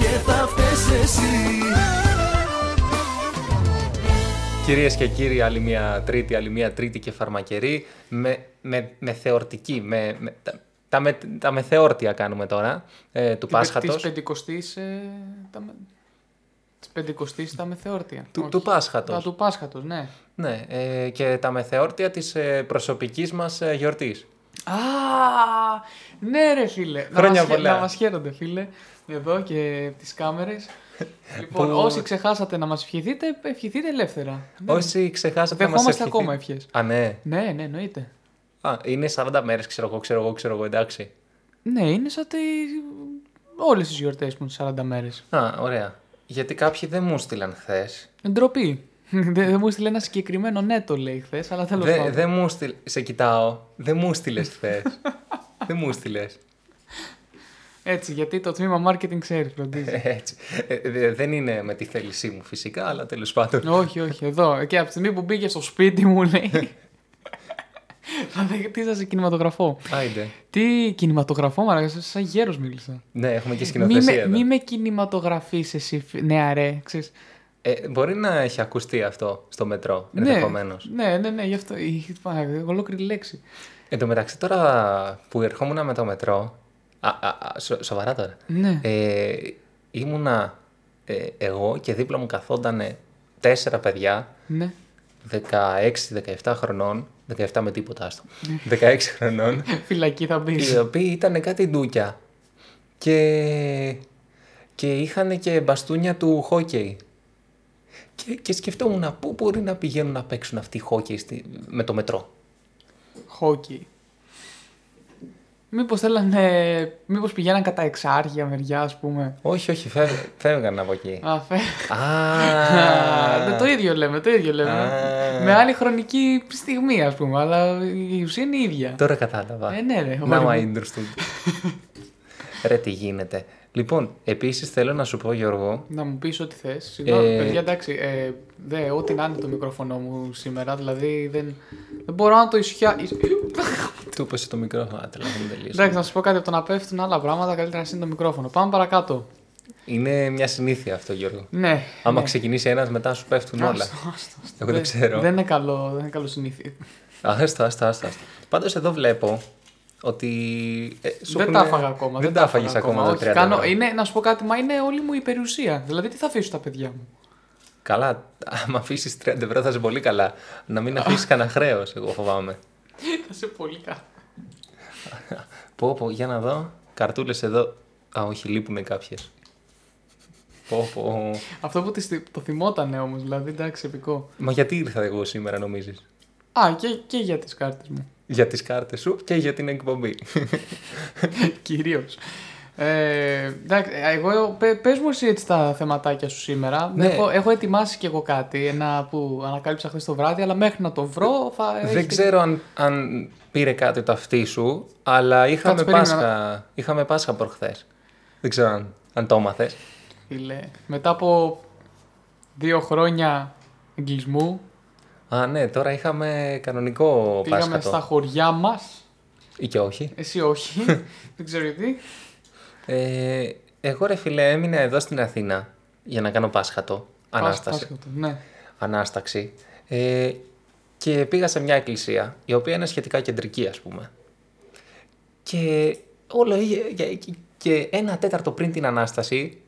και θα φταίς εσύ Κυρίες και κύριοι, άλλη μια Τρίτη, άλλη μια Τρίτη και φαρμακερή. Με, με, με θεορτική. Με, με, τα, τα, με, τα μεθεόρτια κάνουμε τώρα ε, του Πάσχατο. Τη πεντηκοστής. ε, τα... με- της πεντηκοστής τα μεθεόρτια. Του- Όχι. του Πάσχατος. Τα του Πάσχατος, ναι. Ναι, ε, και τα μεθεόρτια της ε, προσωπικής μας ε, γιορτής. Α, ναι ρε φίλε. Να Χρόνια μας χαι- πολλά. Να μας χαίρονται φίλε, εδώ και τις κάμερες. λοιπόν, Που- όσοι ξεχάσατε να μας ευχηθείτε, ευχηθείτε ελεύθερα. Ναι. Όσοι ξεχάσατε να μας Δεχόμαστε ακόμα ευχές. Α, ναι. Ναι, ναι, εννοείται. Α, είναι 40 μέρες, ξέρω εγώ, ξέρω εγώ, ξέρω εγώ, εντάξει. Ναι, είναι σαν τη... όλες τις γιορτές που είναι 40 μέρες. Α, ωραία. Γιατί κάποιοι δεν μου στείλαν χθες. Ντροπή. Δεν δεν μου έστειλε ένα συγκεκριμένο ναι το λέει χθες, αλλά τέλος Δεν πάντων. δεν μου στείλε. Σε κοιτάω. Δεν μου στείλες χθες. δεν μου στείλες. Έτσι, γιατί το τμήμα marketing ξέρεις, φροντίζεις. Έτσι. Ε, δε- δεν είναι με τη θέλησή μου φυσικά, αλλά τέλος πάντων. όχι, όχι, εδώ. Και από τη στιγμή που μπήκε στο σπίτι μου, λέει. Θα δεχτεί να σε κινηματογραφώ. Άιντε. Τι κινηματογραφώ, μαρακα, σαν γέρος μίλησα. Ναι, έχουμε και Μη σκηνοθεσία. με, εδώ. μη με κινηματογραφείς εσύ, φι- νεαρέ, ξέρεις. Ε, μπορεί να έχει ακουστεί αυτό στο μετρό, Ναι, ενδεχομένως. ναι, ναι, ναι, γι' αυτό. Είχε πάει, ολόκληρη λέξη. Εν τω μεταξύ, τώρα που ερχόμουν με το μετρό. Α, α, α, σο- σοβαρά τώρα. Ναι. Ε, ήμουνα ε, εγώ και δίπλα μου καθόντανε τέσσερα παιδιά ναι. 16-17 χρονών. 17 με τίποτα, άστο. Ναι. 16 χρονών. Φυλακή θα μπεις. οι οποίοι ήταν κάτι ντούκια. Και, και είχαν και μπαστούνια του χόκεϊ. Και, και σκεφτόμουν πού μπορεί να πηγαίνουν να παίξουν αυτοί οι χόκεϊ στη- με το μετρό. Χόκι. Μήπως θέλανε... Μήπως πηγαίναν κατά εξάρια μεριά, ας πούμε. Όχι, όχι, φεύγαν, φεύγαν από εκεί. Α, φε... Α, Ναι, το ίδιο λέμε, το ίδιο λέμε. Α. Με άλλη χρονική στιγμή, ας πούμε, αλλά η ουσία είναι η ίδια. Τώρα κατάλαβα. Ε, ναι, ρε, Now I ωραία. understood. ρε, τι γίνεται. Λοιπόν, επίσης θέλω να σου πω, Γιώργο, Να μου πεις ό,τι θες. Συγγνώμη, Ε. παιδιά, εντάξει. Ε, δε, ό,τι να είναι το μικρόφωνο μου σήμερα, δηλαδή δεν, δεν μπορώ να το ισχυά... του είπες το μικρόφωνο, άτελα, δεν τελείωσε. εντάξει, να σας πω κάτι από το να πέφτουν άλλα πράγματα, καλύτερα να είναι το μικρόφωνο. Πάμε παρακάτω. Είναι μια συνήθεια αυτό, Γιώργο. Ναι. Άμα ναι. ξεκινήσει ένας, μετά σου πέφτουν όλα. Άστο, άστο, άστο. Εγώ δεν ξέρω. Δεν είναι καλό, δεν είναι καλό συνήθεια. Άστα, άστα, άστα. άστα. Πάντως εδώ βλέπω ότι. ε, σου δεν έχουν- τα έφαγα ακόμα. Δεν τα τα έφαγες ακόμα τα Όχι, 30 κάνω, ευρώ. είναι, να σου πω κάτι, μα είναι όλη μου η περιουσία. Δηλαδή, τι θα αφήσω τα παιδιά μου. Καλά, άμα αφήσεις 30 ευρώ θα είσαι πολύ καλά. Να μην αφήσεις κανένα χρέος, εγώ φοβάμαι. θα σε πολύ καλά. Πω, πω, για να δω. Καρτούλες εδώ. Α, όχι, λείπουν κάποιες. Πω, πω. Αυτό που της θυ- το θυμότανε όμως, δηλαδή, εντάξει, επικό. Μα γιατί ήρθα εγώ σήμερα, νομίζεις. Α, και, και για τις κάρτες μου. Για τις κάρτες σου και για την εκπομπή. Κυρίως. Ε, εντάξει, εγώ, πε, πες μου εσύ έτσι τα θεματάκια σου σήμερα. Ναι. Έχω, έχω ετοιμάσει κι εγώ κάτι, ένα που ανακάλυψα χθες το βράδυ, αλλά μέχρι να το βρω θα Δεν ξέρω αν, αν πήρε κάτι το αυτί σου, αλλά είχαμε περίμενα. Πάσχα, είχαμε Πάσχα προχθές. Δεν ξέρω αν, αν το έμαθες. Φίλε, μετά από δύο χρόνια εγκλισμού, Α, ναι, τώρα είχαμε κανονικό πήγαμε Πάσχατο. στα χωριά μας. Ή και όχι. Εσύ όχι. δεν ξέρω γιατί. Ε, εγώ ρε φίλε έμεινα εδώ στην Αθήνα για να κάνω Πάσχατο. Ανάσταση. Πάσχα του, Ναι. Ανάσταξη. Ε, και πήγα σε μια εκκλησία, η οποία είναι σχετικά κεντρική ας πούμε. Και όλο είχε- και- και ένα τέταρτο πριν την Ανάσταση,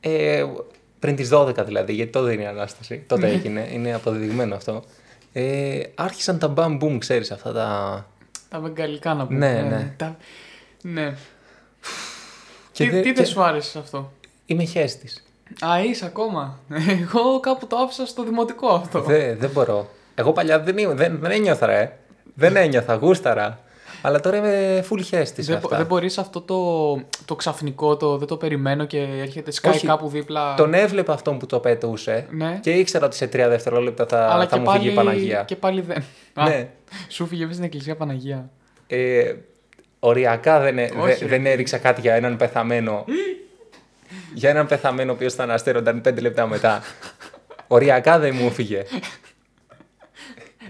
ε, πριν τις 12 δηλαδή, γιατί τότε είναι η Ανάσταση, τότε Ναι. έγινε, είναι αποδεδειγμένο αυτό, ε, άρχισαν τα μπαμ μπουμ, ξέρεις αυτά τα... Τα βεγγαλικά να πούμε. Ναι, ναι. τα- ναι. Και τι δε- τι και- δεν σου άρεσε σε αυτό. Είμαι χέστης. Α, είσαι ακόμα. Εγώ κάπου το άφησα στο δημοτικό αυτό. Δε- δεν μπορώ. Εγώ παλιά δεν, ήμουν- δεν, δεν ένιωθα ρε. Δεν ένιωθα, γούσταρα. Αλλά τώρα είμαι full χέστης σε Ναι. Δεν, αυτά. δεν μπορείς αυτό το, το ξαφνικό, το δεν το περιμένω και έρχεται σκάει Όχι, κάπου δίπλα. Τον έβλεπα αυτόν που το πετούσε Ναι. και ήξερα ότι σε 30 δευτερόλεπτα θα, θα Αλλά και μου πάλι, φύγει η Παναγία. Και πάλι δεν. Α, Ναι. Σου φύγε μέσα στην εκκλησία Παναγία. Ε, οριακά δεν, ε- Όχι, δε- ρε. δεν έριξα κάτι για έναν πεθαμένο. για έναν πεθαμένο ο οποίος θα αναστέρονταν 5 λεπτά μετά. οριακά δεν μου φύγε.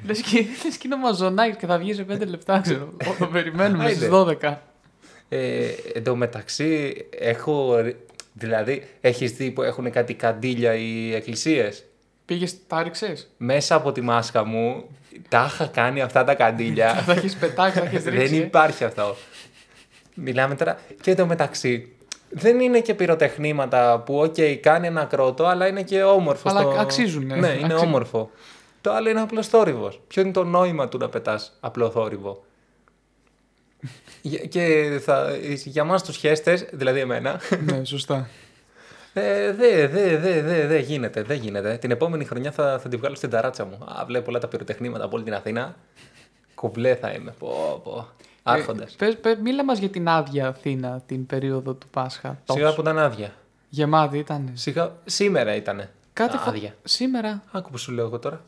Λες και, λες και είναι μαζονάκι και θα βγει σε 5 λεπτά, ξέρω. Εγώ το περιμένουμε στι Άιντε. 12. Ε, εν τω μεταξύ, έχω, Δηλαδή, έχεις δει που έχουν κάτι καντήλια οι εκκλησίες. Πήγες, τα ρίξε. Μέσα από τη μάσκα μου, τα είχα κάνει αυτά τα καντήλια. Θα έχεις πετάξει, θα έχεις δεν ρίξει. ε. υπάρχει αυτό. Μιλάμε τώρα. Και εν τω μεταξύ, δεν είναι και πυροτεχνήματα που, οκ, κάνει ένα κρότο, αλλά είναι και όμορφο. Αλλά στο- αξίζουνε. Ναι, είναι Αξίζουν. όμορφο. Το άλλο είναι απλός θόρυβος. Ποιο είναι το νόημα του να πετάς απλό θόρυβο. Για- Και θα, για μας τους χέστες, δηλαδή εμένα, ναι, σωστά. ε, δε, δε, δε, δε, δε, γίνεται, δεν γίνεται. Την επόμενη χρονιά θα, θα τη βγάλω στην ταράτσα μου. Α, βλέπω όλα τα πυροτεχνήματα από όλη την Αθήνα. Κουμπλέ θα είμαι. Πω, πω. Άρχοντα. Ε, πες, πες, μίλα μας για την άδεια Αθήνα την περίοδο του Πάσχα. Σιγά που ήταν άδεια. Γεμάτη ήταν. Σιγά... Σήμερα ήταν. Κάτι φα- άδεια. Σήμερα. Άκου που σου λέω εγώ τώρα.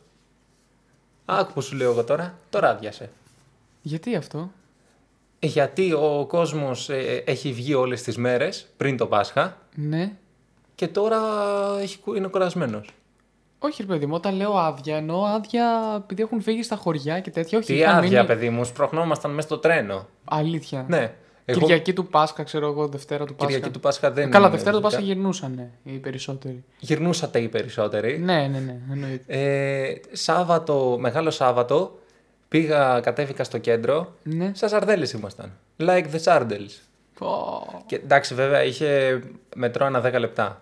Άκου που σου λέω εγώ τώρα. Τώρα άδειασε. Ε, Γιατί αυτό. Γιατί ο κόσμος ε, έχει βγει όλες τις μέρες πριν το Πάσχα Ναι. και τώρα έχει κου- είναι κουρασμένος. Όχι, ρε παιδί μου, όταν λέω άδεια, εννοώ άδεια επειδή έχουν φύγει στα χωριά και τέτοια. Όχι, Τι είχαν άδεια, μείνει- παιδί μου, σπροχνόμασταν μέσα στο τρένο. Αλήθεια. Ναι. Εγώ Κυριακή του Πάσχα, ξέρω εγώ, Δευτέρα του Πάσχα. Κυριακή του Πάσχα ναι, δεν. Καλά, είναι Δευτέρα του δουλειά. Πάσχα γυρνούσαν οι περισσότεροι. Γυρνούσατε οι περισσότεροι. Ναι, ναι, ναι, εννοείται. Ε, Σάββατο, μεγάλο Σάββατο, πήγα, κατέβηκα στο κέντρο. Ναι. Σαν σαρδέλες ήμασταν. Like the sardels. Πω. Και εντάξει, βέβαια είχε μετρό ένα 10 λεπτά.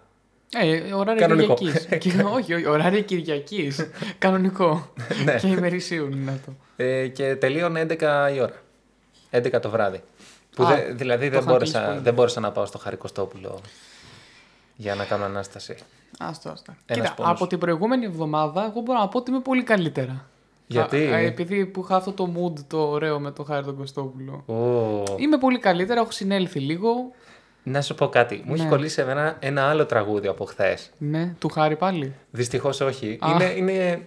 Ε, ωράριο Κανονικό. Κυριακής. όχι, όχι, ωράριο Κυριακής. Κανονικό. Ναι. και ημερησίου είναι το. Ε, και τελείωνε 11 η ώρα. 11 το βράδυ. Που Α, δε- δηλαδή το δεν είχαν κλείσει μπόρεσα, πολύ. δεν μπόρεσα να πάω στο Χαρικοστόπουλο για να κάνω ανάσταση. Άστο, άστα. Ένας Κοίτα, πόνος. από την προηγούμενη εβδομάδα, εγώ μπορώ να πω ότι είμαι πολύ καλύτερα. Γιατί? Α, α, επειδή που είχα αυτό το mood το ωραίο με το Χάρη τον Κωστόπουλο. Ω. Είμαι πολύ καλύτερα, έχω συνέλθει λίγο. Να σου πω κάτι. Μου έχει Ναι. κολλήσει εμένα ένα άλλο τραγούδι από χθες. Ναι, του Χάρη πάλι. Δυστυχώς όχι. Α. Είναι, είναι,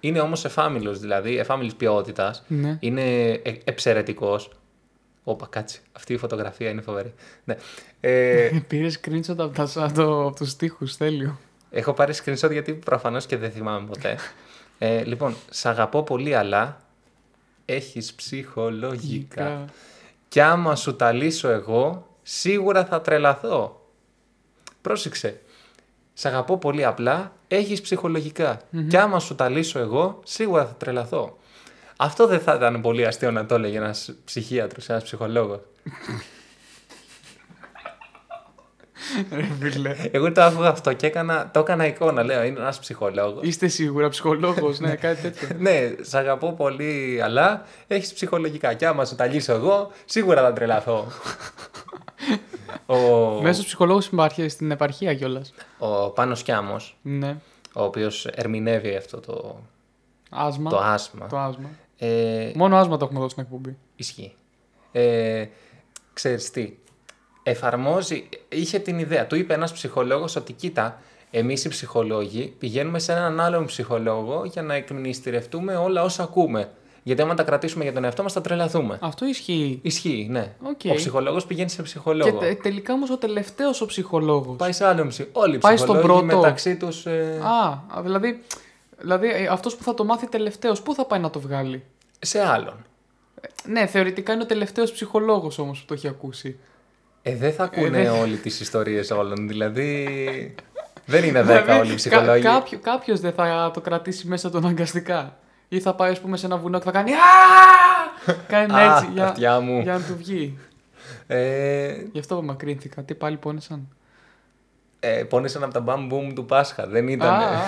είναι όμως εφάμιλος, δηλαδή εφάμιλης ποιότητας. Ναι. Είναι ε, εξαιρετικός. Όπα, κάτσε. Αυτή η φωτογραφία είναι φοβερή. Ναι. Ε, Πήρε screenshot από, τα, από, το, από τους τοίχους, τέλειο. Έχω πάρει screenshot γιατί προφανώς και δεν θυμάμαι ποτέ. Ε, λοιπόν, σ' αγαπώ πολύ, αλλά έχεις ψυχολογικά. Κι άμα σου τα λύσω εγώ, σίγουρα θα τρελαθώ. Πρόσεξε. Σ' αγαπώ πολύ απλά, έχεις ψυχολογικά. Κι άμα σου τα λύσω εγώ, σίγουρα θα τρελαθώ. Αυτό δεν θα ήταν πολύ αστείο να το έλεγε ένας ψυχίατρος, ένας ψυχολόγος. Ρε φίλε. Εγώ το άκουγα αυτό και έκανα, το έκανα εικόνα, λέω, είναι ένας ψυχολόγος. Είστε σίγουρα ψυχολόγος, ναι, κάτι τέτοιο. Ναι, σ' αγαπώ πολύ, αλλά έχεις ψυχολογικά. Και άμα σου τα λύσω εγώ, σίγουρα θα τρελαθώ. ο Μέσος ψυχολόγος υπάρχει στην επαρχία κιόλας. ο Πάνος Κιάμος, Ναι. ο οποίος ερμηνεύει αυτό το, Άσμα. το άσμα, Το άσμα. ε, Μόνο άσμα το έχουμε δώσει στην εκπομπή. ισχύει. Ε, ξέρεις τι, εφαρμόζει, είχε την ιδέα, του είπε ένας ψυχολόγος ότι κοίτα, εμείς οι ψυχολόγοι πηγαίνουμε σε έναν άλλον ψυχολόγο για να εκμνηστηρευτούμε όλα όσα ακούμε. Γιατί άμα τα κρατήσουμε για τον εαυτό μας θα τρελαθούμε. Αυτό ισχύει. Ισχύει, ναι. Οκ. Ο ψυχολόγος πηγαίνει σε Και ψυχολόγο. τε- τελικά όμως ο τελευταίος ο ψυχολόγος. Πάει σε άλλον ψυχολόγο. Όλοι οι Πάει στον ψυχολόγοι πρώτο. μεταξύ τους. Ε, Α, α, δηλαδή, δηλαδή αυτός που θα το μάθει τελευταίος, πού θα πάει να το βγάλει. σε άλλον. Ναι, θεωρητικά είναι ο τελευταίος ψυχολόγος όμως που το έχει ακούσει. Ε, δεν θα ακούνε δεν- όλοι τις ιστορίες όλων. Δηλαδή. δεν είναι δέκα όλοι οι ψυχολόγοι. Δηλαδή, Κάποιο κάποιος δεν θα το κρατήσει μέσα τον αναγκαστικά. Ή θα πάει, ας πούμε, σε ένα βουνό και θα κάνει. «Α!» κάνει Α, έτσι για, αυτιά μου. για να του βγει. Ε, Γι' αυτό απομακρύνθηκα. Τι πάλι πόνεσαν. ε, πόνεσαν από τα μπαμ μπουμ του Πάσχα. Δεν ήταν. Α, α,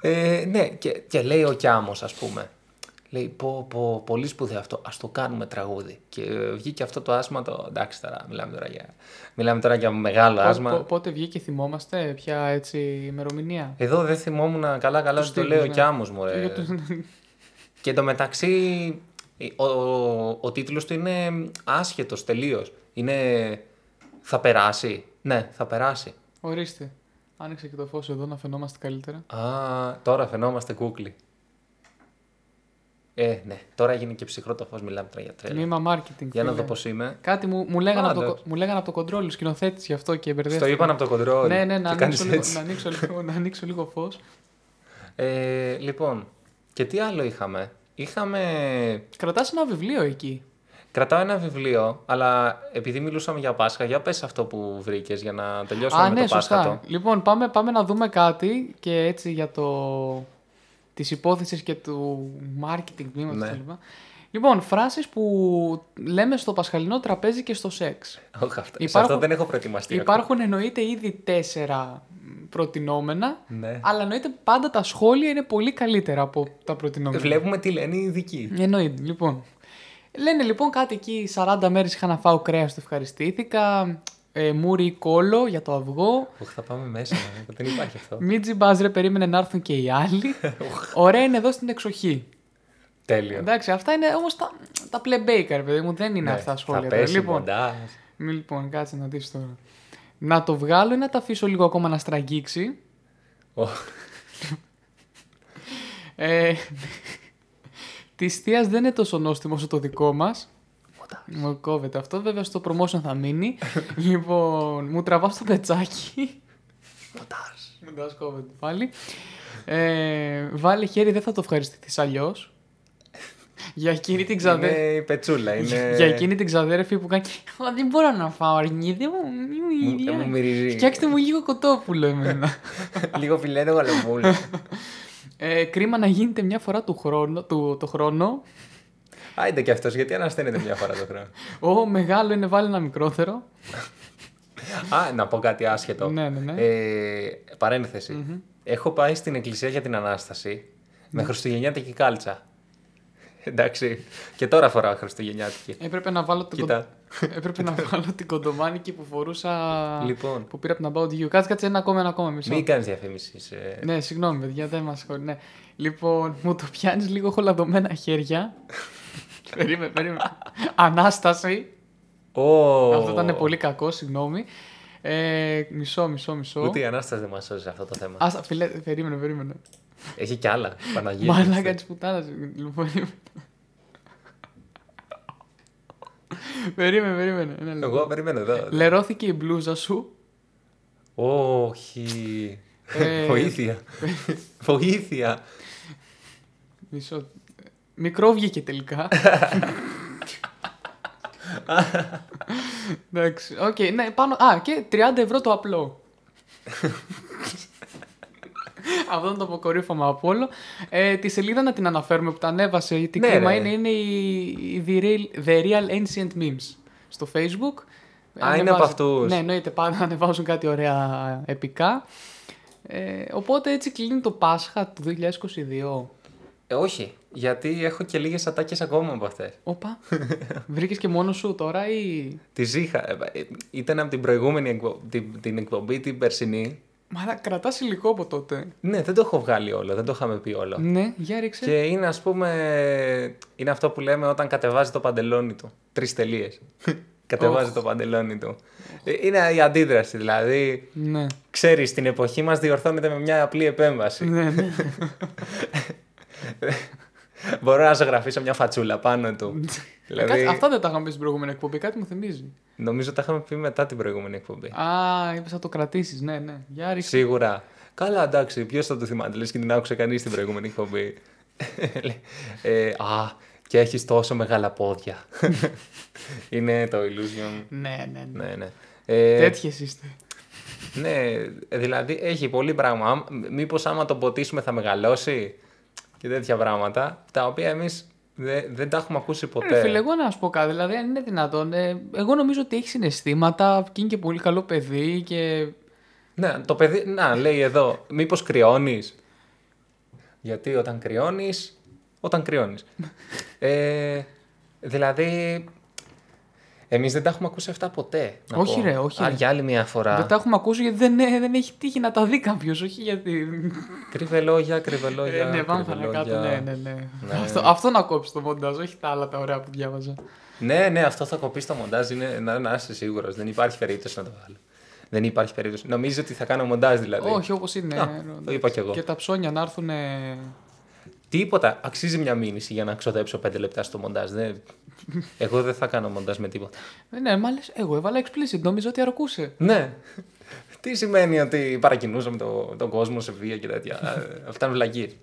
Ε, ναι, και, και λέει ο Κιάμος ας πούμε. Λέει, πω, πω, πολύ σπουδαίο αυτό, ας το κάνουμε τραγούδι. Και ε, βγήκε αυτό το άσμα, το... εντάξει τώρα, μιλάμε τώρα για, μιλάμε τώρα για μεγάλο Πο- άσμα. πο- Πότε βγήκε, θυμόμαστε, πια έτσι ημερομηνία. Εδώ δεν θυμόμουν καλά-καλά ότι το στίχους, λέω ναι. κι άμμος μου, ρε. Για το- Και εντωμεταξύ ο, ο, ο τίτλος του είναι άσχετος τελείως. Είναι «Θα περάσει». Ναι, θα περάσει. Ορίστε. Άνοιξε και το φως εδώ να φαινόμαστε καλύτερα. Α, τώρα φαινόμαστε κούκλοι. Ε, ναι, τώρα γίνει και ψυχρό το φως, μιλάμε τώρα για τρέλα. Τμήμα marketing. Ε. Για να φίλε. δω πώς είμαι. Κάτι μου, μου, λέγανε από το, Πάντως. μου λέγανε από το κοντρόλ, σκηνοθέτης γι' αυτό και Στο μπερδεύτηκα. είπαν από το κοντρόλ. Ναι, ναι, να και κάνεις ανοίξω, λίγο, έτσι. να, ανοίξω λίγο, να ανοίξω λίγο φως. Ε, λοιπόν, και τι άλλο είχαμε. Είχαμε... Κρατάς ένα βιβλίο εκεί. Κρατάω ένα βιβλίο, αλλά επειδή μιλούσαμε για Πάσχα, για πες αυτό που βρήκες για να τελειώσουμε Α, με ναι, το Πάσχα σωστά. το. Λοιπόν, πάμε, πάμε να δούμε κάτι και έτσι για το... της υπόθεσης και του marketing τμήματος Ναι. ναι. λοιπά. Λοιπόν, φράσεις που λέμε στο πασχαλινό τραπέζι και στο σεξ. Όχι, αυτά. Σε Υπάρχουν- αυτό δεν έχω προετοιμαστεί. ακόμα. Υπάρχουν εννοείται ήδη τέσσερα μ, προτινόμενα, Ναι. αλλά εννοείται πάντα τα σχόλια είναι πολύ καλύτερα από τα προτινόμενα. Βλέπουμε τι λένε οι ειδικοί. Εννοείται, λοιπόν. Λένε λοιπόν κάτι εκεί, 40 μέρες είχα να φάω κρέας, το ευχαριστήθηκα, ε, μουρι ή κόλο για το αυγό, Όχι, θα πάμε μέσα. ε, δεν υπάρχει αυτό. Μην τζιμπάς ρε, περίμενε να έρθουν και οι άλλοι. Ωραία είναι εδώ στην εξοχή. Τέλειο. Εντάξει, αυτά είναι όμως τα, τα πλεμπέικα, ρε παιδί μου, δεν είναι Ναι, αυτά σχόλια. Θα τώρα. πέσει Λοιπόν, μοντάζ. μη, λοιπόν, κάτσε να δεις τώρα. Να το βγάλω ή να τα αφήσω λίγο ακόμα να στραγγίξει. Ω, Ε, Της θεία δεν είναι τόσο νόστιμο όσο το δικό μας. Μου κόβεται αυτό, βέβαια στο promotion θα μείνει. λοιπόν, μου τραβά το πετσάκι. Μοντάζ. Μοντάζ κόβεται πάλι. Ε, βάλε χέρι, δεν θα το ευχαριστηθείς αλλιώς. για εκείνη την ξαδέρφη. Είναι η πετσούλα. Είναι... Για εκείνη την ξαδέρφη που κάνει. «Ω, Δεν μπορώ να φάω αρνίδι μου. μου- Μου- μου- μου μυρίζει. Φτιάξτε μου λίγο κοτόπουλο εμένα. Λίγο φιλένο γαλοπούλα. ε, κρίμα να γίνεται μια φορά του χρόνου, του, το χρόνο. Άιντε κι αυτός, γιατί ανασταίνεται μια φορά το χρόνο. Ο μεγάλο είναι βάλει ένα μικρότερο. Α, να πω κάτι άσχετο. Ναι, ναι, ναι. Ε, παρενθεση Έχω πάει στην εκκλησία για την Ανάσταση Ναι. με χριστουγεννιάτικη κάλτσα. Εντάξει. Και τώρα φοράω χριστουγεννιάτικη. Έπρεπε να βάλω την, Κοίτα. Έπρεπε να βάλω την κοντομάνικη που φορούσα. Λοιπόν. Που πήρα από την About You. Κάτσε, κάτσε ένα ακόμα, ένα ακόμα μισό. Μην ε, κάνει διαφήμιση. σε- Ναι, συγγνώμη, παιδιά, δεν μας χωρίζει. Ναι. Λοιπόν, μου το πιάνεις λίγο χολαδωμένα χέρια. περίμενε, περίμενε. Ανάσταση. Ω. Αυτό ήταν πολύ κακό, συγγνώμη. Ε, μισό, μισό, μισό. Ούτε η Ανάσταση δεν μας σώζει σε αυτό το θέμα. Άστα, φιλέ, περίμενε, περίμενε. Έχει κι άλλα. Παναγία. Μαλάκα της πουτάνας. Λοιπόν, περίμενε. περίμενε, περίμενε. Ένα λεπτό. Εγώ περιμένω εδώ. Λερώθηκε η μπλούζα σου. Όχι. Ε, Βοήθεια. Βοήθεια. Μισό. Μικρό βγήκε τελικά. Εντάξει, οκ, ναι, πάνω, α, και 30 ευρώ το απλό. Αυτό είναι το αποκορύφωμα από όλο. Ε, τη σελίδα να την αναφέρουμε που τα ανέβασε. Τι Ναι, κρίμα ρε. είναι, είναι η, η the, real, the Real Ancient Memes στο Facebook. Α, είναι από αυτούς. Ναι, εννοείται πάντα ανεβάζουν κάτι ωραία επικά. Ε, οπότε έτσι κλείνει το Πάσχα του 2022. Ε, όχι. Γιατί έχω και λίγες ατάκες ακόμα από αυτές. Όπα. Βρήκες και μόνος σου τώρα ή. Τη είχα. ε, ε, Ήταν από την προηγούμενη εκπο- την, την εκπομπή, την περσινή. Μα κρατάς υλικό από τότε. Ναι, δεν το έχω βγάλει όλο, δεν το είχαμε πει όλο. Ναι, για ρίξε. Και είναι ας πούμε, είναι αυτό που λέμε όταν κατεβάζει το παντελόνι του. Τρεις τελείες. κατεβάζει το παντελόνι του. Ε, Είναι η αντίδραση δηλαδή. Ναι. Ξέρεις, στην εποχή μας διορθώνεται με μια απλή επέμβαση. ναι, ναι. Μπορώ να ζωγραφίσω μια φατσούλα πάνω του. Κάτι- δηλαδή, Αυτά δεν τα είχαμε πει στην προηγούμενη εκπομπή, κάτι μου θυμίζει. νομίζω τα είχαμε πει μετά την προηγούμενη εκπομπή. Α, είπες θα το κρατήσεις, ναι, ναι. Για ρίξε. Σίγουρα. Καλά, εντάξει, ποιος θα το θυμάται, λες και την άκουσε κανείς την προηγούμενη εκπομπή. ε, α, και έχεις τόσο μεγάλα πόδια. Είναι το illusion. Ναι, ναι, ναι. ναι, ναι. Ε, Τέτοιες είστε. ναι, δηλαδή έχει πολύ πράγμα. Μήπως άμα το ποτίσουμε θα μεγαλώσει και τέτοια πράγματα, τα οποία εμείς δεν τα έχουμε ακούσει ποτέ. Ρε Ε, φίλε, εγώ να σου πω κάτι, δηλαδή αν είναι δυνατόν. ε, εγώ νομίζω ότι έχει συναισθήματα και είναι και πολύ καλό παιδί και. Ναι, το παιδί, να λέει εδώ, μήπως κρυώνεις. Γιατί όταν κρυώνεις, όταν κρυώνεις. ε, δηλαδή, εμείς δεν τα έχουμε ακούσει αυτά ποτέ. να Όχι, πω. ρε, όχι, Α, ρε. για άλλη μια φορά. Δεν τα έχουμε ακούσει γιατί δεν, ε, δεν έχει τύχει να τα δει κάποιος, όχι γιατί. Κρύβε λόγια, κρύβε λόγια. Ε, ναι, πάμε κρύβε παρακάτω. λόγια. Ναι, ναι, ναι. Αυτό, αυτό να κόψει το μοντάζ, όχι τα άλλα τα ωραία που διάβαζα. Ναι, ναι, αυτό θα κοπείς στο μοντάζ. Είναι, να, να είσαι σίγουρος. Δεν υπάρχει περίπτωση να το βάλω. Δεν υπάρχει περίπτωση. Νομίζω ότι θα κάνω μοντάζ δηλαδή. Όχι, όπως είναι. Α, ε, το είπα κι εγώ. Και τα ψώνια να έρθουν. Τίποτα. Αξίζει μια μήνυση για να ξοδέψω πέντε λεπτά στο μοντάζ. Δεν- Εγώ δεν θα κάνω μοντάζ με τίποτα. Ναι, μα λες, εγώ έβαλα explicit, νόμιζα ότι αρκούσε. Ναι. Τι σημαίνει ότι παρακινούσαμε το, τον κόσμο σε βία και τέτοια. Ε, Αυτά είναι βλακίες.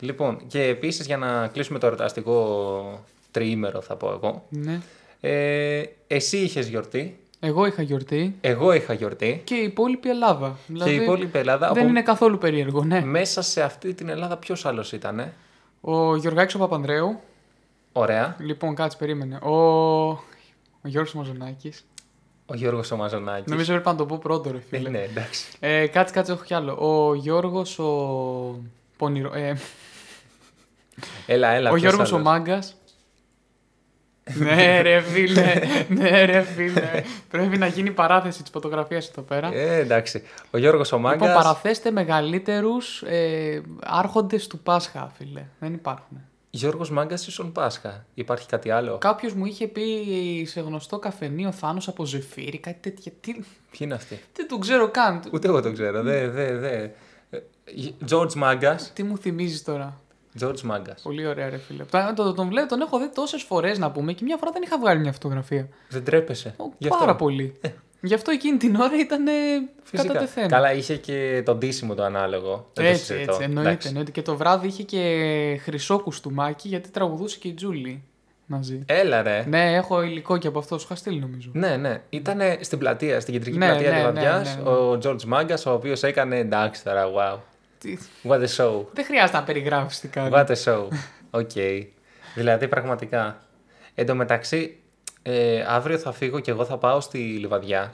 Λοιπόν, και επίσης για να κλείσουμε το εορταστικό τριήμερο, θα πω εγώ. Ναι. Ε, εσύ είχες γιορτή. Εγώ είχα γιορτή Εγώ είχα γιορτή. και η υπόλοιπη Ελλάδα. Δηλαδή, και η υπόλοιπη Ελλάδα. Δεν από- είναι καθόλου περίεργο, ναι. Μέσα σε αυτή την Ελλάδα ποιος άλλος ήταν. Ο Γιωργάκης ο Παπανδρέου. Ωραία. Λοιπόν, κάτσε, περίμενε. Ο, ο Γιώργος Μαζονάκης. Ο Γιώργος Μαζονάκης. Νομίζω έπρεπε να το πω πρώτο, ρε φίλε. Ναι, εντάξει. Ε, κάτσε, κάτσε, έχω κι άλλο. Ο Γιώργος ο... Πονηρο... ε, Έλα, έλα. ο ποιος Γιώργος ο άλλος? Μάγκας. ναι ρε φίλε, ναι ρε φίλε. Πρέπει να γίνει παράθεση της φωτογραφίας εδώ πέρα. Ε, εντάξει. Ο Γιώργος ο Μάγκα. Λοιπόν, παραθέστε μεγαλύτερους ε, άρχοντες του Πάσχα, φίλε. Δεν υπάρχουν. Γιώργος Μάγκας ήσουν Πάσχα. Υπάρχει κάτι άλλο. Κάποιος μου είχε πει σε γνωστό καφενείο ο Θάνος από Ζεφύρι, κάτι τέτοια. Τι... Ποιοι είναι αυτοί. Δεν τον ξέρω καν. Ούτε εγώ το ξέρω. Δε, δε, δε. Ε, George Μάγκας. Τι μου θυμίζεις τώρα. George Μάγκας. Πολύ ωραία, ρε φίλε. Τον, τον, τον, βλέπω, τον έχω δει τόσες φορές να πούμε και μια φορά δεν είχα βγάλει μια φωτογραφία. Δεν τρέπεσαι. Ο, Γι' αυτό. Ε. πάρα πολύ. Γι' αυτό εκείνη την ώρα ήταν Φυσικά. κατά τεθέν. Καλά, είχε και το ντύσιμο το ανάλογο. Δεν το έτσι, συζητώ. έτσι, εννοείται, Εντάξει. εννοείται. Και το βράδυ είχε και χρυσό κουστούμάκι γιατί τραγουδούσε και η Τζούλη μαζί. Έλα ρε. Ναι, έχω υλικό και από αυτό, σου είχα στείλει νομίζω. Ναι, ναι. Ήταν στην πλατεία, στην κεντρική Ναι, πλατεία ναι, της ναι, Βαδιάς, ναι, ναι. ο George Μάγκας, ο οποίος έκανε εντάξει τώρα, wow. Τι- What a show. Δεν χρειάζεται να περιγράφεις τι κάνει. What a show. Οκ. Δηλαδή, πραγματικά. Εν τω μεταξύ, ε, αύριο θα φύγω και εγώ θα πάω στη Λιβαδιά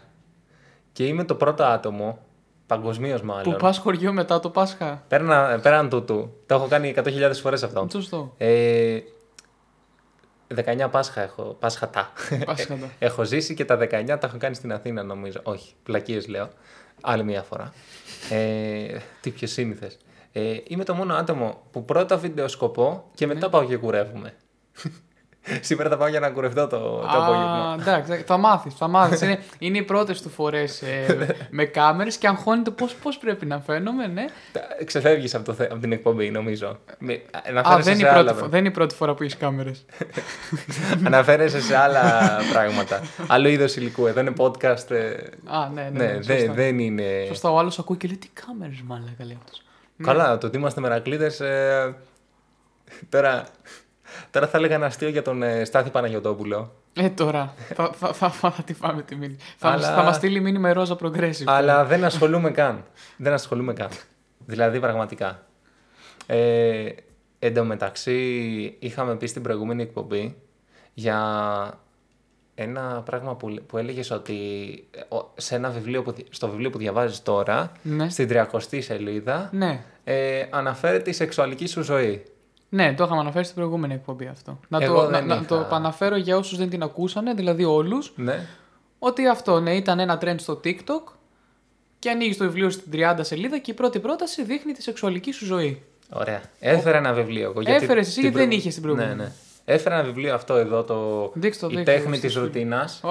και είμαι το πρώτο άτομο, παγκοσμίως Που μάλλον. πας χωριό μετά το Ε. Πάσχα. Πέραν, πέραν τούτου, το έχω κάνει 100.000 φορές αυτό. Σωστό. Ε, 19 Πάσχα έχω. Πάσχα τα. Ε. Πάσχα τα. έχω ζήσει και τα 19 τα έχω κάνει στην Αθήνα, νομίζω. Όχι, πλακίες λέω. Άλλη μία φορά. Ε, τι πιο σύνηθες. Ε, είμαι το μόνο άτομο που πρώτα βιντεοσκοπώ και Ναι. μετά πάω και κουρεύομαι. Σήμερα θα πάω για να κουρευτώ το, το απόγευμα. Α, εντάξει, θα μάθεις. Θα μάθεις. είναι, είναι οι πρώτες του φορές με κάμερες και αγχώνεται πώς πώς πρέπει να φαίνομαι, ναι. Ξεφεύγεις από, το θε- από την εκπομπή, νομίζω. Με, Α, αναφέρεσαι δεν σε είναι, η άλλα πρώτη, πράγματα. φο- δεν είναι η πρώτη φορά που έχεις κάμερες. Αναφέρεσαι σε άλλα πράγματα. Άλλο είδος υλικού. Εδώ είναι podcast. ε, Α, ναι, ναι. ναι, ναι, δε- σωστά. δεν είναι. Σωστά, ο άλλος ακούει και λέει τι κάμερες, μάλλον λέει αυτός. Καλά, το ότι είμαστε μερακλείδες. τώρα, τώρα θα έλεγα ένα αστείο για τον ε, Στάθη Παναγιοτόπουλο. Ε, τώρα. θα, θα, θα, θα, θα τη φάμε τη μήνυμα. Θα, μας- Αλλά- θα μας στείλει μήνυμα η Ρόζα Progressive. αλλά δεν ασχολούμαι καν. Δεν ασχολούμαι καν. Δηλαδή, πραγματικά. Ε, εν τω μεταξύ, είχαμε πει στην προηγούμενη εκπομπή για ένα πράγμα που, που έλεγες ότι ε, ο- σε ένα βιβλίο που, δι- στο βιβλίο που διαβάζεις τώρα, Ναι. στην 300η σελίδα, Ναι. ε, αναφέρεται η σεξουαλική σου ζωή. Ναι, το είχαμε αναφέρει στην προηγούμενη εκπομπή αυτό. Να Εγώ το, να, δεν να το είχα. επαναφέρω για όσους δεν την ακούσανε, δηλαδή όλους. Ναι. Ότι αυτό ναι, ήταν ένα trend στο TikTok και ανοίγει το βιβλίο στην 30 σελίδα και η πρώτη πρόταση δείχνει τη σεξουαλική σου ζωή. Ωραία. Έφερα ένα βιβλίο εγώ. Έφερες εσύ, την γιατί δεν προηγου- είχες την προηγούμενη. Ναι, ναι. Έφερα ένα βιβλίο αυτό εδώ, το Δείξ' το, «Η δείξ' το, τέχνη δείξ' της το. ρουτίνας», Α,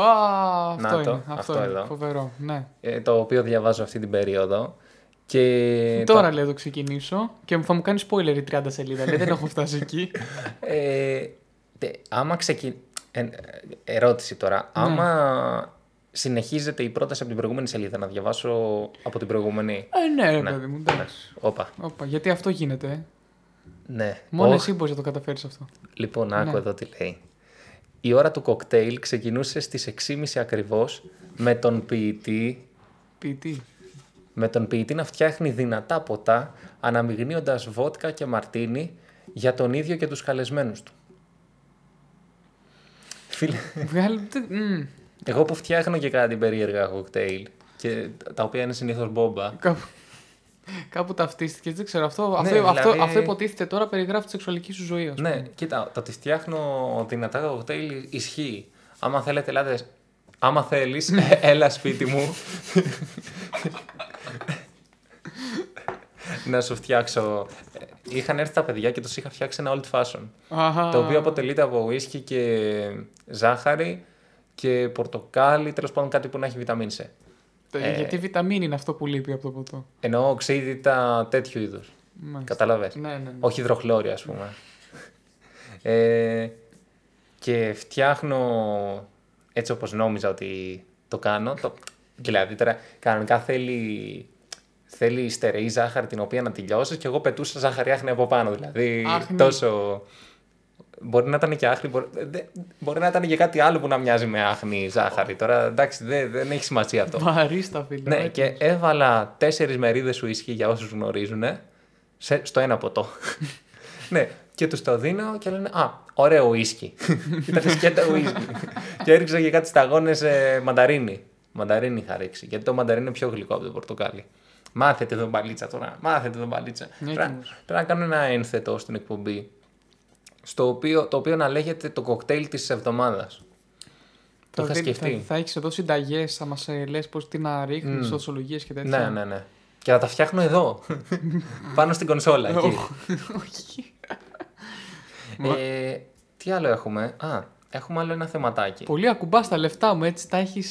αυτό Να το, είναι. Αυτό, αυτό είναι. εδώ. Φοβερό. Ναι. ε, το οποίο διαβάζω αυτή την περίοδο. Και Τώρα Ε, τα- λέω το ξεκινήσω και μου- θα μου κάνει spoiler η 30 σελίδα. λέει, δεν έχω φτάσει εκεί. ε, τε- άμα ξεκι... ε, ε, ερώτηση τώρα. Ναι. Άμα συνεχίζεται η πρόταση από την προηγούμενη σελίδα, να διαβάσω από την προηγούμενη. ε, ναι, ρε παιδί μου. εντάξει. Όπα. Όπα, γιατί αυτό γίνεται. ε. Ναι. Μόνο Οχ. εσύ μπορείς να το καταφέρεις αυτό. Λοιπόν, άκου εδώ τι λέει. Η ώρα του κοκτέιλ ξεκινούσε στις 6.30 ακριβώς με τον ποιητή Ποιητή. με τον ποιητή να φτιάχνει δυνατά ποτά, αναμειγνύοντας βότκα και μαρτίνι για τον ίδιο και τους καλεσμένους του. Φίλε, Βγάλει. τι- μμ, εγώ που φτιάχνω και κάτι περίεργα κοκτέιλ, και τα οποία είναι συνήθως μπόμπα, κάπου, κάπου ταυτίστηκες. Δεν ξέρω. Αυτό, αυτό, δηλαδή- αυτό, αυτό υποτίθεται τώρα περιγράφει τη σεξουαλική σου ζωή. ας πούμε. ναι, κοίτα, το ότι φτιάχνω δυνατά κοκτέιλ ισχύει. Άμα θέλετε, ελάτε, άμα θέλεις, Ναι. ε, έλα σπίτι μου. να σου φτιάξω. Ε, Είχαν έρθει τα παιδιά και τους είχα φτιάξει ένα old fashion. Αχα. Το οποίο αποτελείται από ουίσκι και ζάχαρη και πορτοκάλι, τέλος πάντων κάτι που να έχει βιταμίνη C. Το- Ε. Γιατί βιταμίνη είναι αυτό που λείπει από το ποτό. Εννοώ οξύδητα τέτοιου είδους. Μάλιστα. Κατάλαβε. Ναι, ναι, ναι. Όχι υδροχλώρια, ας πούμε. ε, και φτιάχνω έτσι όπως νόμιζα ότι το κάνω. Το... Δηλαδή τώρα κανονικά θέλει, θέλει στερεή ζάχαρη την οποία να τη λιώσεις και εγώ πετούσα ζαχαριάχνη από πάνω. Δηλαδή Άχνη. τόσο... Μπορεί να ήταν και άχνη, μπορεί, δε- μπορεί να ήταν και κάτι άλλο που να μοιάζει με άχνη ζάχαρη. Τώρα εντάξει, δε- δεν έχει σημασία αυτό. Βαρύστα, φίλε. ναι, και έβαλα τέσσερις μερίδες σου ίσχυ για όσους γνωρίζουν στο ένα ποτό. ναι, και τους το δίνω και λένε Α, ωραίο ουίσκι. Ήταν σκέτα ουίσκι. και έριξα και κάτι σταγόνες μανταρίνι. Μανταρίνι είχα ρίξει. Γιατί το μανταρίνι είναι πιο γλυκό από το πορτοκάλι. Μάθετε τον παλίτσα τώρα. Μάθετε τον παλίτσα. Ναι, Πρέπει να- ακριβώς. πρέπει να κάνω ένα ένθετο στην εκπομπή. Στο οποίο, το οποίο να λέγεται το κοκτέιλ της εβδομάδας. Το είχα δίνει- σκεφτεί. Θα, θα έχεις εδώ συνταγές, θα μας λες πώς τι να ρίχνεις, mm. και τέτοια. Ναι, ναι, ναι. Και θα τα φτιάχνω εδώ. Πάνω στην κονσόλα. εκεί. Όχι. ε, τι άλλο έχουμε. Α, έχουμε άλλο ένα θεματάκι. Πολύ ακουμπάς τα λεφτά μου, έτσι τα έχεις.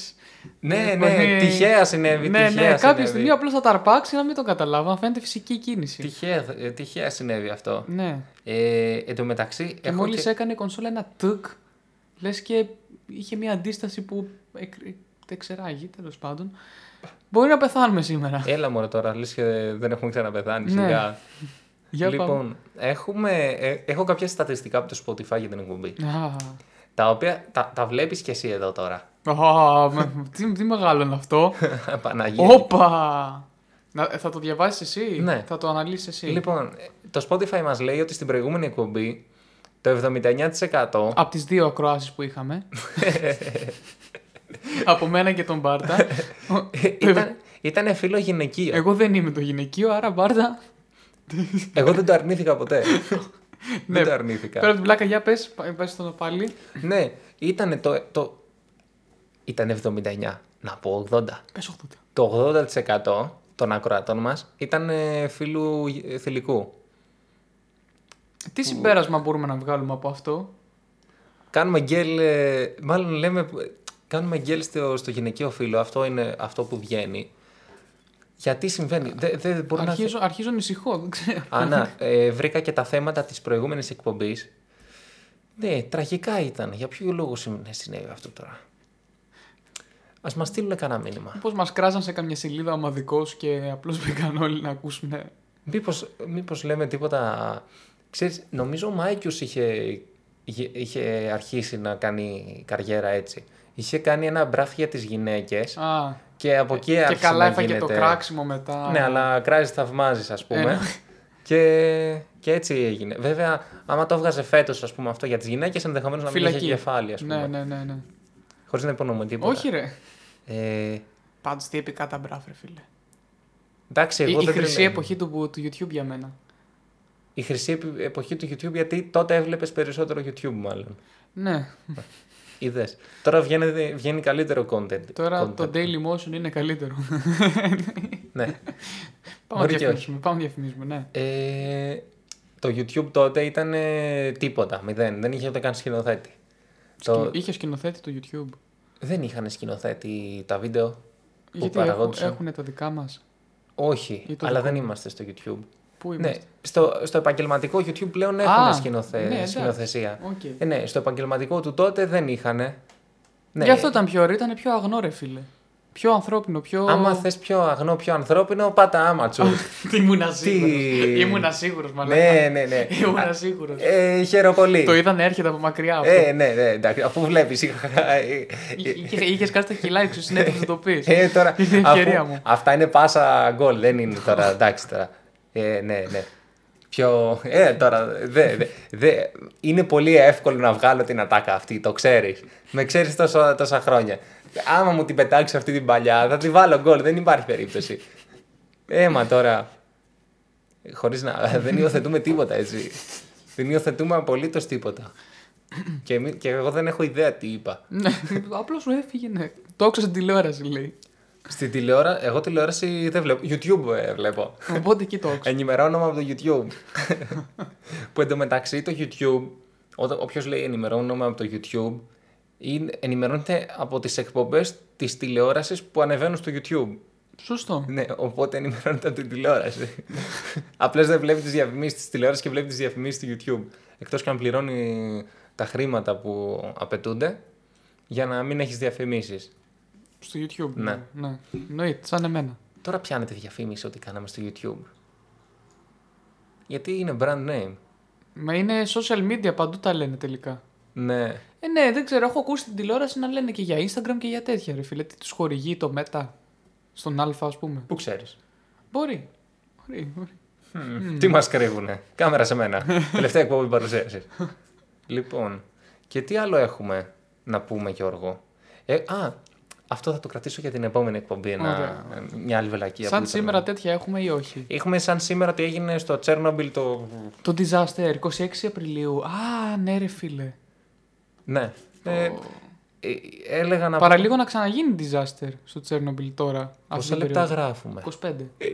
Ναι, ναι, τυχαία συνέβη. Ναι, τυχαία ναι, κάποια συνέβη. στιγμή απλώς θα τα αρπάξεις να μην το καταλάβω. να Φαίνεται φυσική κίνηση. Τυχαία, ε, τυχαία συνέβη αυτό. Ναι. Ε, εν τω μεταξύ, Και μόλι έκανε η κονσόλα ένα τουκ, λες και είχε μια αντίσταση που εκ- εξεράγει τέλος πάντων. Μπορεί να πεθάνουμε σήμερα. Έλα μωρέ τώρα, λες και δεν έχουμε ξαναπεθάνει. Ναι. σιγά. Για πάμε. λοιπόν, έχουμε, ε, έχω κάποια στατιστικά από το Spotify για την εκπομπή. Α, Τα οποία τα, τα βλέπεις και εσύ εδώ τώρα. α, με- τι, τι μεγάλο είναι αυτό. Παναγία. Όπα! Να- ε, θα το διαβάσεις εσύ, Ναι. θα το αναλύσεις εσύ. Λοιπόν, το Spotify μας λέει ότι στην προηγούμενη εκπομπή το 79% Από τις δύο ακροάσεις που είχαμε. από μένα και τον Μπάρτα. Ο- Ε, ε, ήταν, ήταν φίλο γυναικείο. Εγώ δεν είμαι το γυναικείο, άρα Μπάρτα. Εγώ δεν το αρνήθηκα ποτέ. Ναι. δεν το αρνήθηκα. Πέρα από την πλάκα, για πες, πα- πες τον πάλι. ναι, ήταν το, το... Ήταν 79, να πω 80. Πες 80. Το 80% των ακροατών μας ήταν ε, φίλου ε, θηλυκού. Τι συμπέρασμα μπορούμε να βγάλουμε από αυτό. Κάνουμε γκέλ, ε, μάλλον λέμε, ε, κάνουμε γκέλ στο, στο γυναικείο φίλο. Αυτό είναι αυτό που βγαίνει. Γιατί συμβαίνει. Δεν δεν μπορώ να... Αρχίζω, αρχίζω να ησυχώ, δεν ξέρω. Άννα, ε, βρήκα και τα θέματα της προηγούμενης εκπομπής. Ναι, τραγικά ήταν. Για ποιο λόγο συν- ναι, συνέβη αυτό τώρα. Ας μας στείλουν κανένα μήνυμα. Πώς μας κράζαν σε καμιά σελίδα ομαδικός και απλώς μπήκαν όλοι να ακούσουν. Μήπως, μήπως λέμε τίποτα... Ξέρεις, νομίζω ο Μάικιος είχε, είχε, είχε αρχίσει να κάνει καριέρα έτσι. Είχε κάνει ένα μπράφι για τις γυναίκες Α, και από εκεί και άρχισε καλά να έφαγε το γίνεται. κράξιμο μετά. Ναι, αλλά κράζεις θαυμάζει, ας πούμε. Ε. και, και έτσι έγινε. Βέβαια, άμα το έβγαζε φέτος, ας πούμε, αυτό για τις γυναίκες, ενδεχομένως να μην είχε Φυλακή. κεφάλι, ας πούμε. Ναι. Ναι, ναι, ναι. ναι. Χωρίς να υπονοούμε τίποτα. Όχι, ρε. Ε, Πάντως τι επικά τα μπράφ, ρε φίλε. εντάξει, εγώ η, η δεν χρυσή την- εποχή του, του YouTube για μένα. Η χρυσή επι- εποχή του YouTube, γιατί τότε έβλεπες περισσότερο YouTube, μάλλον. Ναι. Είδε. Τώρα βγαίνει, βγαίνει καλύτερο content. Τώρα content. το Daily Motion είναι καλύτερο. Ναι. πάμε να και διαφημίσουμε. Πάμε να διαφημίσουμε, ναι. Ε, το YouTube τότε ήταν ε, τίποτα, μηδέν. Δεν είχε ούτε καν σκηνοθέτη. Το... Σκηνο- Είχε σκηνοθέτη το YouTube. Δεν είχαν σκηνοθέτη τα βίντεο. Που Γιατί έχουν, παραγόντουσαν. έχουν τα δικά μας. Όχι, Ή το αλλά δικό δεν μου. είμαστε στο YouTube. Πού Ναι, είμαστε. στο, στο επαγγελματικό YouTube πλέον Α, έχουν σκηνοθε... ναι, εντάξει. σκηνοθεσία. Οκ. Ε, ναι, στο επαγγελματικό του τότε δεν είχαν. Ναι. Γι' αυτό ήταν πιο ωραίο, ήταν πιο αγνό, ρε φίλε. Πιο ανθρώπινο, πιο. Άμα θες πιο αγνό, πιο ανθρώπινο, πάτα άμα τσου. Τι ήμουν Τι- Ήμουν σίγουρο, μάλλον. ναι, ναι, ναι. Ήμουν σίγουρος. ε, χαίρο πολύ. Το είδαν έρχεται από μακριά αυτό. ε, ναι, ναι, εντάξει, αφού βλέπεις. Είχε κάτσει τα χιλά σου, συνέβη να το πεις. Ε, τώρα, Είναι η ευκαιρία μου. Αυτά είναι πάσα γκολ, δεν είναι τώρα. Εντάξει τώρα. Ε, ναι, ναι. Πιο. Ε, τώρα. Δε, δε, δε. Είναι πολύ εύκολο να βγάλω την ατάκα αυτή, το ξέρεις. Με ξέρεις τόσα, τόσα χρόνια. Άμα μου την πετάξεις αυτή την παλιά, θα τη βάλω γκολ. Δεν υπάρχει περίπτωση. Έμα τώρα. Χωρίς να. δεν υιοθετούμε τίποτα, έτσι. Δεν υιοθετούμε απολύτως τίποτα. και, εμεί- και εγώ δεν έχω ιδέα τι είπα. Ναι, απλώς σου έφυγε, ναι. Το άκουσα στην τηλεόραση, λέει. Στην τηλεόρα... εγώ τηλεόραση δεν βλέπω. YouTube ε, βλέπω. Οπότε εκεί το Ε, άκουσα. Ενημερώνομαι από το YouTube. που εντωμεταξύ το YouTube, όταν όποιος λέει ενημερώνομαι από το YouTube, είναι, ενημερώνεται από τις εκπομπές της τηλεόρασης που ανεβαίνουν στο YouTube. Σωστό. Ναι, οπότε ενημερώνεται από την τηλεόραση. Απλώ δεν βλέπει τις διαφημίσεις της τηλεόρασης και βλέπει τις διαφημίσεις του YouTube. Εκτός και αν πληρώνει τα χρήματα που απαιτούνται για να μην έχεις διαφημίσεις. Στο YouTube. Ναι. ναι. Εννοείται, σαν εμένα. Τώρα πιάνετε διαφήμιση ότι κάναμε στο YouTube. Γιατί είναι brand name. Μα είναι social media, παντού τα λένε τελικά. Ναι. Ε, ναι, δεν ξέρω, έχω ακούσει την τηλεόραση να λένε και για Instagram και για τέτοια, ρε φίλε. Τι τους χορηγεί το Meta στον Α, ας πούμε. Πού ξέρεις. Μπορεί. Μπορεί, μπορεί. Τι μας κρύβουνε. Κάμερα σε μένα. Τελευταία εκπομπή παρουσίασης. λοιπόν, και τι άλλο έχουμε να πούμε, Γιώργο. Ε, α, αυτό θα το κρατήσω για την επόμενη εκπομπή. Ένα, Ωραία. μια άλλη βελακία. Σαν που ήταν. σήμερα τέτοια έχουμε ή όχι. Έχουμε σαν σήμερα ότι έγινε στο Τσέρνομπιλ το. Το disaster, 26 Απριλίου. Α, ναι, ρε φίλε. Ναι. Ε, ε, έλεγα να. Παραλίγο να ξαναγίνει disaster στο Τσέρνομπιλ τώρα. αυτή Πόσα την λεπτά περίοδο. γράφουμε. 25.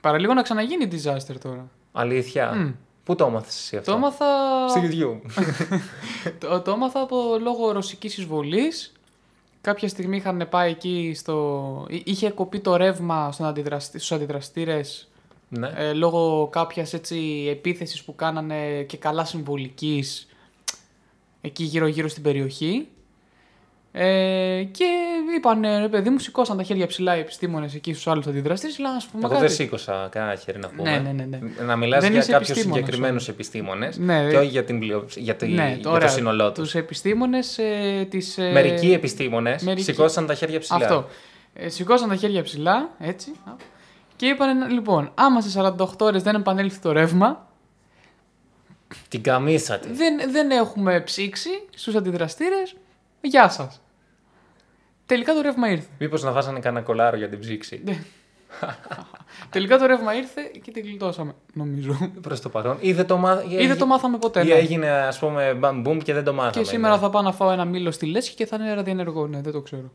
Παραλίγο να ξαναγίνει disaster τώρα. Αλήθεια. Μμ. Πού το έμαθες εσύ αυτό. Το έμαθα... Στο YouTube. Το, το έμαθα από λόγω ρωσικής εισβολής. Κάποια στιγμή είχαν πάει εκεί στο... Εί- Είχε κοπεί το ρεύμα στον αντιδραστη... στους αντιδραστήρες ναι. ε, λόγω κάποιας έτσι επίθεσης που κάνανε και καλά συμβολικής εκεί γύρω-γύρω στην περιοχή. Ε, και είπαν, ρε παιδί μου, σηκώσαν τα χέρια ψηλά οι επιστήμονες εκεί στους άλλους αντιδραστήρες. Λέω, ας πούμε Εγώ κάτι. δεν σήκωσα κανένα χέρι να πούμε. Ναι, ναι, ναι, ναι. Να μιλάς Δεν για είσαι κάποιους επιστήμονας, συγκεκριμένους όμως. επιστήμονες Ναι, και ρε. όχι για, την πλειο... για, τη... ναι, για ωραία, το σύνολό τους. τους επιστήμονες ε, της... ε, Μερικοί επιστήμονες μερικοί. σηκώσαν τα χέρια ψηλά. Αυτό. Ε, σηκώσαν τα χέρια ψηλά, έτσι. α, Και είπαν, λοιπόν, άμα σε 48 ώρες δεν επανέλθει το ρεύμα, Την καμίσατε. δεν, δεν έχουμε ψήξει στους αντιδραστήρες, γεια σας. Τελικά το ρεύμα ήρθε. Μήπως να βάζανε κανένα κολάρο για την ψήξη. Τελικά το ρεύμα ήρθε και την γλιτώσαμε, νομίζω. Προς το παρόν. Ή δεν το, μα... Ή δεν το μάθαμε ποτέ. Ή ναι. έγινε ας πούμε μπαμπούμ και δεν το μάθαμε. Και σήμερα ναι. θα πάω να φάω ένα μήλο στη λέσχη και θα είναι ραδιενεργό. Ναι, δεν το ξέρω.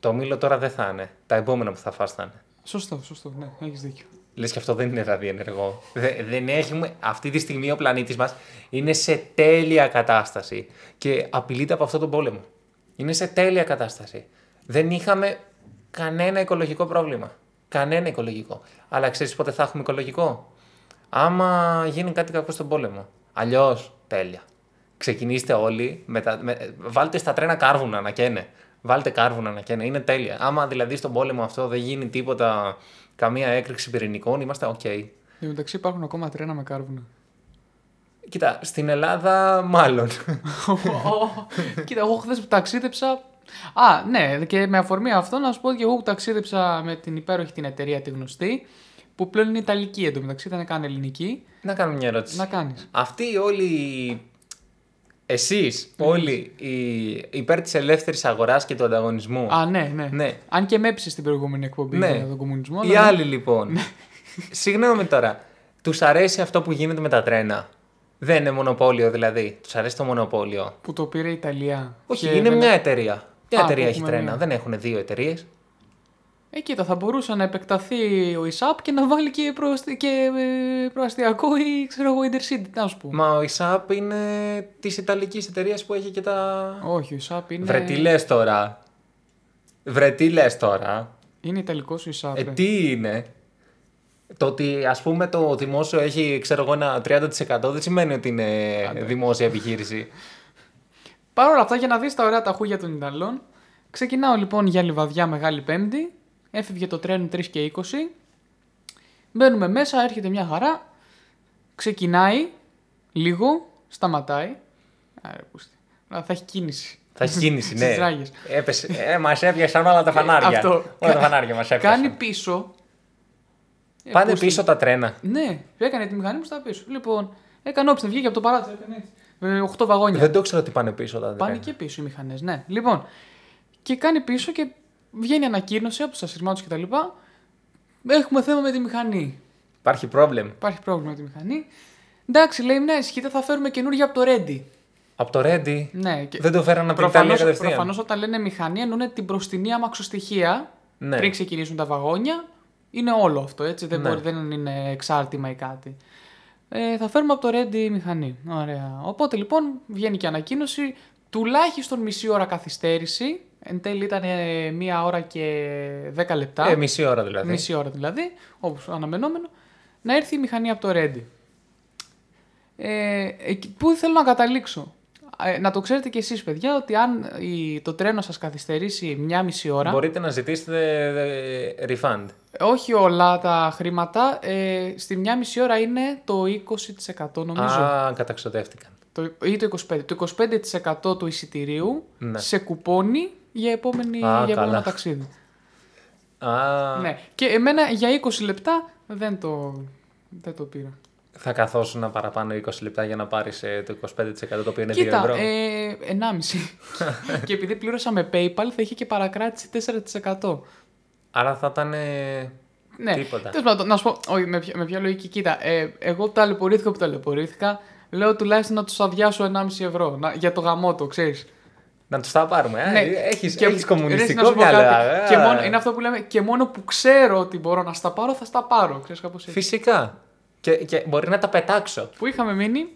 Το μήλο τώρα δεν θα είναι. Τα επόμενα που θα φας θα είναι. Σωστό, σωστό. Ναι, έχεις δίκιο. Λες και αυτό δεν είναι ραδιενεργό. Δε- δεν έχουμε. Αυτή τη στιγμή ο πλανήτης μας είναι σε τέλεια κατάσταση και απειλείται από αυτόν τον πόλεμο. Είναι σε τέλεια κατάσταση. Δεν είχαμε κανένα οικολογικό πρόβλημα. Κανένα οικολογικό. Αλλά ξέρεις πότε θα έχουμε οικολογικό. Άμα γίνει κάτι κακό στον πόλεμο. Αλλιώς τέλεια. Ξεκινήστε όλοι, με τα- με- βάλτε στα τρένα κάρβουνα να καίνε. Βάλτε κάρβουνα να καίνε. Είναι τέλεια. Άμα δηλαδή στον πόλεμο αυτό δεν γίνει τίποτα, καμία έκρηξη πυρηνικών, είμαστε οκ. Εν τω μεταξύ υπάρχουν ακόμα τρένα με κάρβουνα. Κοίτα, στην Ελλάδα μάλλον. Κοίτα, εγώ χθες που ταξίδεψα. Α, ναι, και με αφορμή αυτό να σου πω ότι εγώ που ταξίδεψα με την υπέροχη την εταιρεία τη γνωστή, που πλέον είναι Ιταλική εντωμεταξύ, δεν είναι καν ελληνική. να κάνω μια ερώτηση. Να κάνεις. Αυτοί όλοι. Εσείς όλοι οι υπέρ της ελεύθερης αγοράς και του ανταγωνισμού. Α, ναι, ναι, Ναι. Αν και με έψησε στην προηγούμενη εκπομπή Ναι. για τον κομμουνισμό. Οι αλλά- Ναι. άλλοι λοιπόν. Συγγνώμη τώρα. Τους αρέσει αυτό που γίνεται με τα τρένα. Δεν είναι μονοπόλιο δηλαδή. Τους αρέσει το μονοπόλιο. Που το πήρε η Ιταλία. Όχι, Και είναι δεν- μια εταιρεία. Μια Α, εταιρεία που έχει έχουμε τρένα. μία. Δεν έχουν δύο εταιρείες. Ε, κοίτα, θα μπορούσε να επεκταθεί ο ΙΣΑΠ και να βάλει και, προστι- και ε, προαστιακό ή ξέρω εγώ Intercity, να σου πω. Μα ο ΙΣΑΠ είναι της Ιταλικής εταιρείας που έχει και τα. Όχι, ο ΙΣΑΠ είναι. Βρε τι λες τώρα. Βρε τι λες τώρα. Είναι Ιταλικός ο ΙΣΑΠ. Ε, τι είναι. Το ότι ας πούμε το δημόσιο έχει ξέρω εγώ ένα 30% δεν σημαίνει ότι είναι δημόσια επιχείρηση. Παρ' όλα αυτά, για να δεις τα ωραία τα χούγια των Ιταλών, ξεκινάω λοιπόν για λιβαδιά Μεγάλη Πέμπτη. Έφευγε το τρένο 3 και 20. Μπαίνουμε μέσα, έρχεται μια χαρά. Ξεκινάει λίγο, σταματάει. Άρα, πούστη. Αλλά θα έχει κίνηση. Θα έχει κίνηση, ναι. Στις ράγες. Έπεσε. Ε, μας έπιασαν όλα τα φανάρια. Αυτό. Όλα τα φανάρια μας έπιασαν. Κάνει πίσω. Ε, Πάνε πούστη. πίσω τα τρένα. Ναι, έκανε τη μηχανή μου στα πίσω. Λοιπόν, έκανε όψιν, βγήκε από το παράθυρο. έκανε έτσι. Ε, 8 βαγόνια. Δεν το ξέρω ότι πάνε πίσω τα τρένα. Πάνε και πίσω οι μηχανές, ναι. Λοιπόν, και κάνει πίσω και βγαίνει ανακοίνωση από τους ασυρμάτου κτλ. Έχουμε θέμα με τη μηχανή. Υπάρχει πρόβλημα. Υπάρχει πρόβλημα με τη μηχανή. Εντάξει, λέει, ναι, ισχύει, θα φέρουμε καινούργια από το Ready. Από το Ρέντι Ναι, και δεν το φέραν από την Ιταλία προφανώς, κατευθείαν. προφανώς όταν λένε μηχανή εννοούν την προστινή αμαξοστοιχεία Ναι. πριν ξεκινήσουν τα βαγόνια. Είναι όλο αυτό, έτσι. Δεν, Ναι. μπορεί, δεν είναι εξάρτημα ή κάτι. Ε, θα φέρουμε από το Ready μηχανή. Ωραία. Οπότε λοιπόν βγαίνει και ανακοίνωση τουλάχιστον μισή ώρα καθυστέρηση. Εν τέλει ήταν ε, μία ώρα και δέκα λεπτά. Ε, μισή ώρα δηλαδή. Μισή ώρα δηλαδή, όπως αναμενόμενο, να έρθει η μηχανή από το Ρέντι. Ε, εκεί- πού θέλω να καταλήξω. Ε, να το ξέρετε κι εσείς παιδιά ότι αν η- το τρένο σας καθυστερήσει μια μισή ώρα, Μπορείτε να ζητήσετε ε, refund. όχι όλα τα χρήματα. Ε, στη μια μισή ώρα είναι το 20% νομίζω. Α, καταξοδεύτηκαν. Το, ή το 25%. Το 25% του εισιτηρίου Ναι. σε κουπόνι για, επόμενη, Α, για επόμενο καλά. ταξίδι. Α, Ναι. Και εμένα για 20 λεπτά δεν το, δεν το πήρα. θα καθόσουν παραπάνω 20 λεπτά για να πάρεις ε, το 25% το οποίο είναι 2 Κοίτα, ευρώ. ε, 1,5. και επειδή πλήρωσα με PayPal θα είχε και παρακράτηση 4%. Άρα θα ήταν... ε, Ναι. Τίποτα. Τέλος πάντων, να σου πω, όχι, με, ποια, με ποια λογική, κοίτα. Ε, εγώ ταλαιπωρήθηκα που ταλαιπωρήθηκα. Λέω τουλάχιστον να τους αδειάσω 1,5 ευρώ να, για το γαμό το, ξέρεις. Να τους τα πάρουμε. Ε. Έχεις, έχεις Ναι. ρε, να κομμουνιστικό σου πω κάτι. μυαλό. Και ε. μόνο, είναι αυτό που λέμε, και μόνο που ξέρω ότι μπορώ να στα πάρω, θα στα πάρω. Ξέρεις, κάπως έτσι. Φυσικά. Και, και μπορεί να τα πετάξω. Που είχαμε μείνει.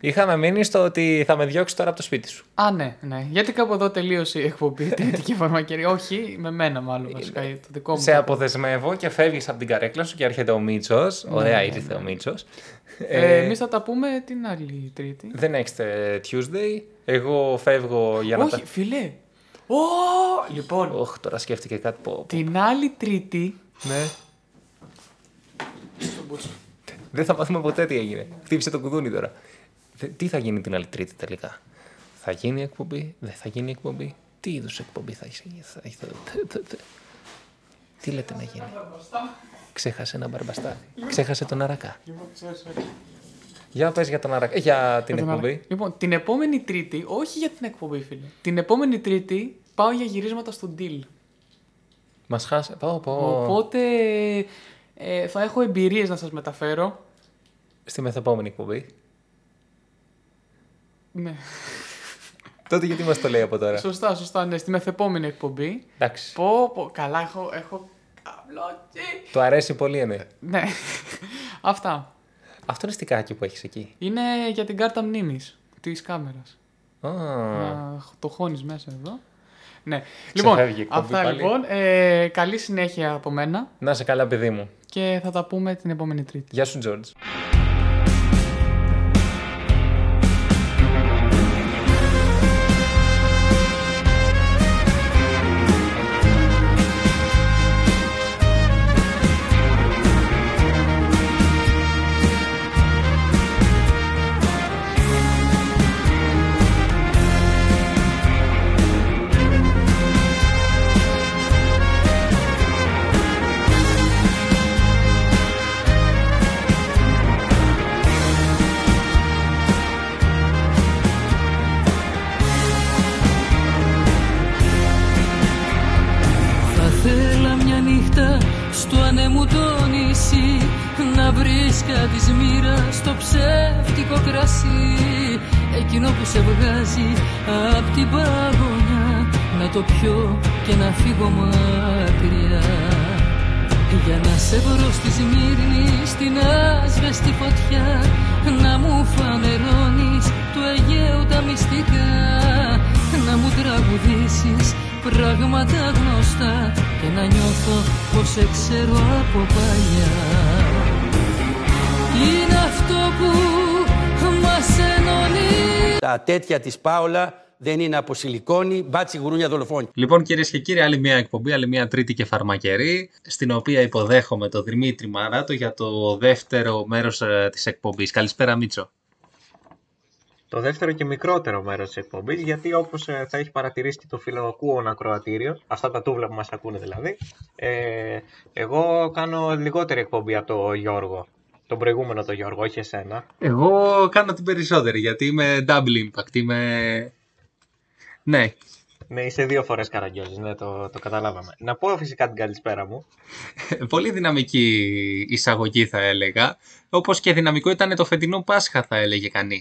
Είχαμε μείνει στο ότι θα με διώξει τώρα από το σπίτι σου. Α, ναι, ναι. Γιατί κάπου εδώ τελείωσε η εκπομπή. Τρίτη φαρμακερή. Όχι, με μένα μάλλον βασικά. Το δικό μου. Ε, Σε το- αποδεσμεύω και φεύγεις από την καρέκλα σου και έρχεται ο Μίτσος. Ωραία, ήρθε ο Μίτσος. Ε, Εμείς θα τα πούμε την άλλη Τρίτη. The next ε, Tuesday. Εγώ φεύγω για να. Όχι, φίλε. Ω, λοιπόν, τα... Οχ, τώρα σκέφτηκε κάτι που. την άλλη Τρίτη. Ναι. Δεν θα μάθουμε ποτέ τι έγινε. Χτύπησε το κουδούνι τώρα. Δε- Τι θα γίνει την άλλη Τρίτη τελικά. Θα γίνει εκπομπή, δεν θα γίνει εκπομπή. Τι είδους εκπομπή θα έχει. Θα... θα- θα- θα- Τι λέτε να γίνει. Ξέχασε ένα μπαρμπαστάρι. Ξέχασε τον Αρακά. Για πες για τον Αρακά. Για την Κατά εκπομπή. τα άλλα. Λοιπόν, την επόμενη Τρίτη, όχι για την εκπομπή, φίλε. Την επόμενη Τρίτη πάω για γυρίσματα στο deal. Μας χάσε. Πω, πω. Οπότε ε, θα έχω εμπειρίες να σας μεταφέρω. Στη μεθεπόμενη εκπομπή. Ναι. Τότε γιατί μας το λέει από τώρα. Σωστά, σωστά. Ναι, στη μεθεπόμενη εκπομπή. Εντάξει. Πω, πω, καλά, έχω. έχω... καβλώσει. Το αρέσει πολύ, ναι. Ναι. Αυτά. Αυτό είναι στικάκι που έχεις εκεί. Είναι για την κάρτα μνήμης της κάμερας. Α, Το χώνεις μέσα εδώ. Ναι. Λοιπόν, Ξεφεύγει η εκπομπή αυτά πάλι. λοιπόν. Ε, καλή συνέχεια από μένα Να σε καλά, παιδί μου. και θα τα πούμε την επόμενη Τρίτη. Γεια σου, Τζόρτζ. Θα θέλα μια νύχτα στο ανέμου το νησί Να βρίσκα τη μοίρα στο ψεύτικο κρασί Εκείνο που σε βγάζει απ' την παγωνιά Να το πιω και να φύγω μακριά για να σε βρω στη Σμύρνη, στην άσβεστη φωτιά Να μου φανερώνεις του Αιγαίου τα μυστικά Να μου τραγουδήσεις πράγματα γνωστά Και να νιώθω πως σε ξέρω από παλιά Είναι αυτό που μας ενώνει Τα τέτοια της Πάολα δεν είναι από σιλικόνη, μπάτσι γουρούνια δολοφόνη. Λοιπόν, κυρίες και κύριοι, άλλη μια εκπομπή, άλλη μια τρίτη και φαρμακερή, στην οποία υποδέχομαι τον Δημήτρη Μαράτο για το δεύτερο μέρος της εκπομπής. Καλησπέρα, Μίτσο. Το δεύτερο και μικρότερο μέρος της εκπομπής, γιατί όπως θα έχει παρατηρήσει και το φιλοκούον ακροατήριο, αυτά τα τούβλα που μας ακούνε δηλαδή, ε, εγώ κάνω λιγότερη εκπομπή από τον Γιώργο. Τον προηγούμενο τον Γιώργο, όχι εσένα. Εγώ κάνω την περισσότερη, γιατί είμαι double impact. Είμαι. Ναι. Ναι, είσαι δύο φορές καραγκιόζης, ναι, το, το καταλάβαμε. Να πω φυσικά την καλησπέρα μου. Πολύ δυναμική εισαγωγή, θα έλεγα. Όπως και δυναμικό ήταν το φετινό Πάσχα, θα έλεγε κανείς.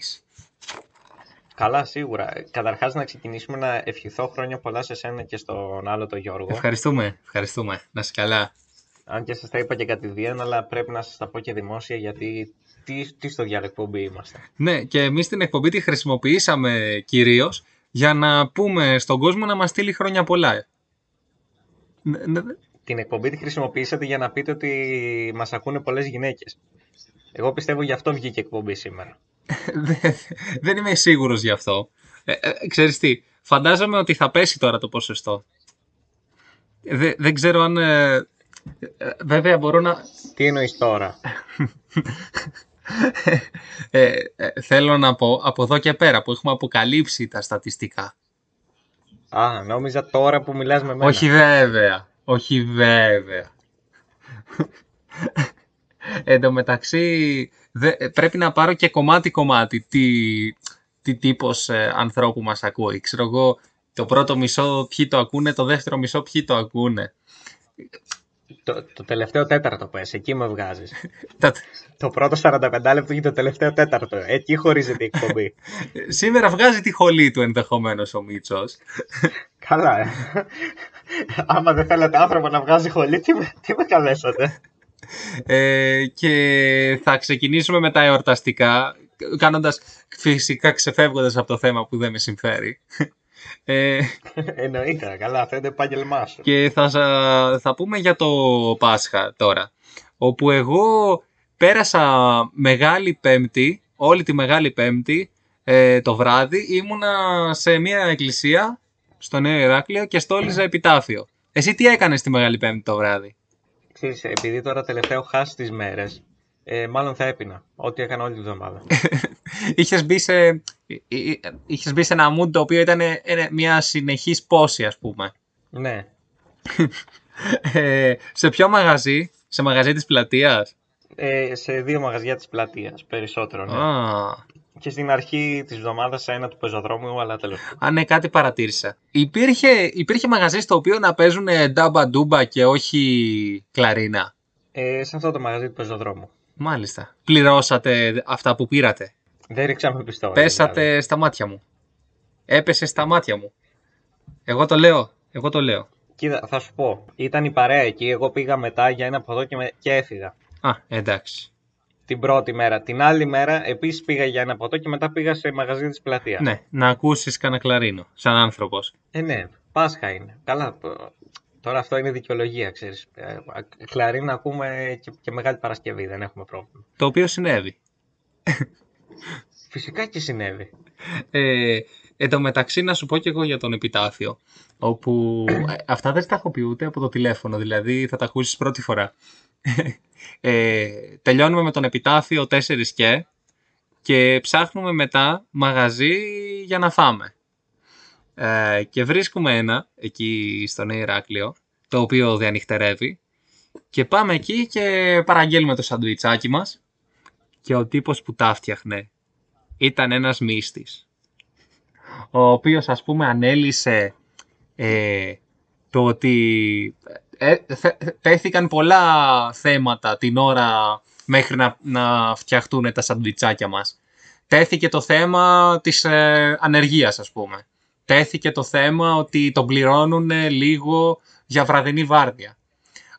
Καλά, σίγουρα. Καταρχάς, να ξεκινήσουμε να ευχηθώ χρόνια πολλά σε σένα και στον άλλο τον Γιώργο. Ευχαριστούμε, ευχαριστούμε. Να είσαι καλά. Αν και σας τα είπα και κατηδίαν, αλλά πρέπει να σας τα πω και δημόσια, γιατί τι, τι στο διαλεκπομπή είμαστε. Ναι, και εμείς την εκπομπή τη χρησιμοποιήσαμε κυρίως για να πούμε στον κόσμο να μας στείλει χρόνια πολλά. Ναι, ναι, ναι. την εκπομπή τη χρησιμοποιήσατε για να πείτε ότι μας ακούνε πολλές γυναίκες. Εγώ πιστεύω γι' αυτό βγήκε η εκπομπή σήμερα. Δεν- Δεν είμαι σίγουρος γι' αυτό. Ε, ε, ξέρεις τι, φαντάζομαι ότι θα πέσει τώρα το ποσοστό. Δε- δεν ξέρω αν... ε, Ε, Βέβαια μπορώ να... Τι εννοείς τώρα. Ε, ε, θέλω να πω από εδώ και πέρα που έχουμε αποκαλύψει τα στατιστικά. Α, νόμιζα τώρα που μιλάς με μένα. Όχι βέβαια. Όχι βέβαια. Ε, Εν τω μεταξύ δε- ε, πρέπει να πάρω και κομμάτι-κομμάτι τι, τι τύπος ε, ανθρώπου μας ακούει. Ξέρω εγώ το πρώτο μισό ποιοι το ακούνε, το δεύτερο μισό ποιοι το ακούνε. Το, το τελευταίο τέταρτο πες, εκεί με βγάζεις. Τα- το πρώτο 45 λεπτό και το τελευταίο τέταρτο. Εκεί χωρίζεται η εκπομπή. Σήμερα βγάζει τη χολή του ενδεχομένως ο Μίτσος. Καλά. ε. Άμα δεν θέλετε άνθρωπο να βγάζει χολή, τι με, τι με καλέσατε. Ε, και θα ξεκινήσουμε με τα εορταστικά, κάνοντας φυσικά ξεφεύγοντας από το θέμα που δεν με συμφέρει. Ε, Εννοείται, καλά, αυτό είναι το επάγγελμά σου. και θα, σα- θα πούμε για το Πάσχα τώρα, όπου εγώ πέρασα Μεγάλη Πέμπτη, όλη τη Μεγάλη Πέμπτη ε, το βράδυ, ήμουνα σε μια εκκλησία στο Νέο Ηράκλειο και στόλιζα επιτάφιο. Εσύ τι έκανες τη Μεγάλη Πέμπτη το βράδυ? Ξέρεις, επειδή τώρα τελευταίο χάσει τις μέρες, ε, μάλλον θα έπινα. Ό,τι έκανα όλη τη βδομάδα. είχες μπει σε, ε, ε, ε, είχες μπει σε ένα mood το οποίο ήταν ε, ε, μια συνεχής πόση ας πούμε. ναι. Ε, σε ποιο μαγαζί, σε μαγαζί της πλατείας. Ε, σε δύο μαγαζιά της πλατείας, περισσότερο, ναι. Α, Και στην αρχή της βδομάδας σε ένα του πεζοδρόμιου, αλλά τέλος. πάντων. αν ναι, κάτι παρατήρησα. Υπήρχε, υπήρχε μαγαζί στο οποίο να παίζουν ντάμπα ντούμπα και όχι κλαρίνα. Ε, σε αυτό το μαγαζί του πεζοδρόμου. Μάλιστα. Πληρώσατε αυτά που πήρατε. Δεν ρίξαμε πιστόλι. Πέσατε δηλαδή. στα μάτια μου. Έπεσε στα μάτια μου. Εγώ το λέω. Εγώ το λέω. Κοίτα, θα σου πω. Ήταν η παρέα εκεί. Εγώ πήγα μετά για ένα ποδό και, με... και έφυγα. Α, εντάξει. Την πρώτη μέρα. Την άλλη μέρα επίσης πήγα για ένα ποτό και μετά πήγα σε μαγαζί της πλατείας. Ναι, να ακούσεις κανένα κλαρίνο, σαν άνθρωπος. Ε, ναι, Πάσχα είναι. Καλά. π- Τώρα αυτό είναι δικαιολογία, Ε, ξέρει. Κλαρίνα ακούμε και, και Μεγάλη Παρασκευή, δεν έχουμε πρόβλημα. Το οποίο συνέβη. Φυσικά και συνέβη. Ε, εν τω μεταξύ να σου πω και εγώ για τον επιτάφιο, όπου ε, αυτά δεν τα έχω πει ούτε από το τηλέφωνο, δηλαδή θα τα ακούσεις πρώτη φορά. Ε, τελειώνουμε με τον επιτάφιο 4 και και ψάχνουμε μετά μαγαζί για να φάμε. Ε, και βρίσκουμε ένα εκεί στο Νέο Ηράκλειο, το οποίο διανυχτερεύει και πάμε εκεί και παραγγέλνουμε το σαντουιτσάκι μας και ο τύπος που τα φτιαχνε ήταν ένας μύστης ο οποίος ας πούμε ανέλησε ε, το ότι ε, θε- τέθηκαν πολλά θέματα την ώρα μέχρι να, να φτιαχτούν τα σαντουιτσάκια μας. Τέθηκε το θέμα της ε, ανεργίας ας πούμε. Τέθηκε το θέμα ότι τον πληρώνουν λίγο για βραδινή βάρδια.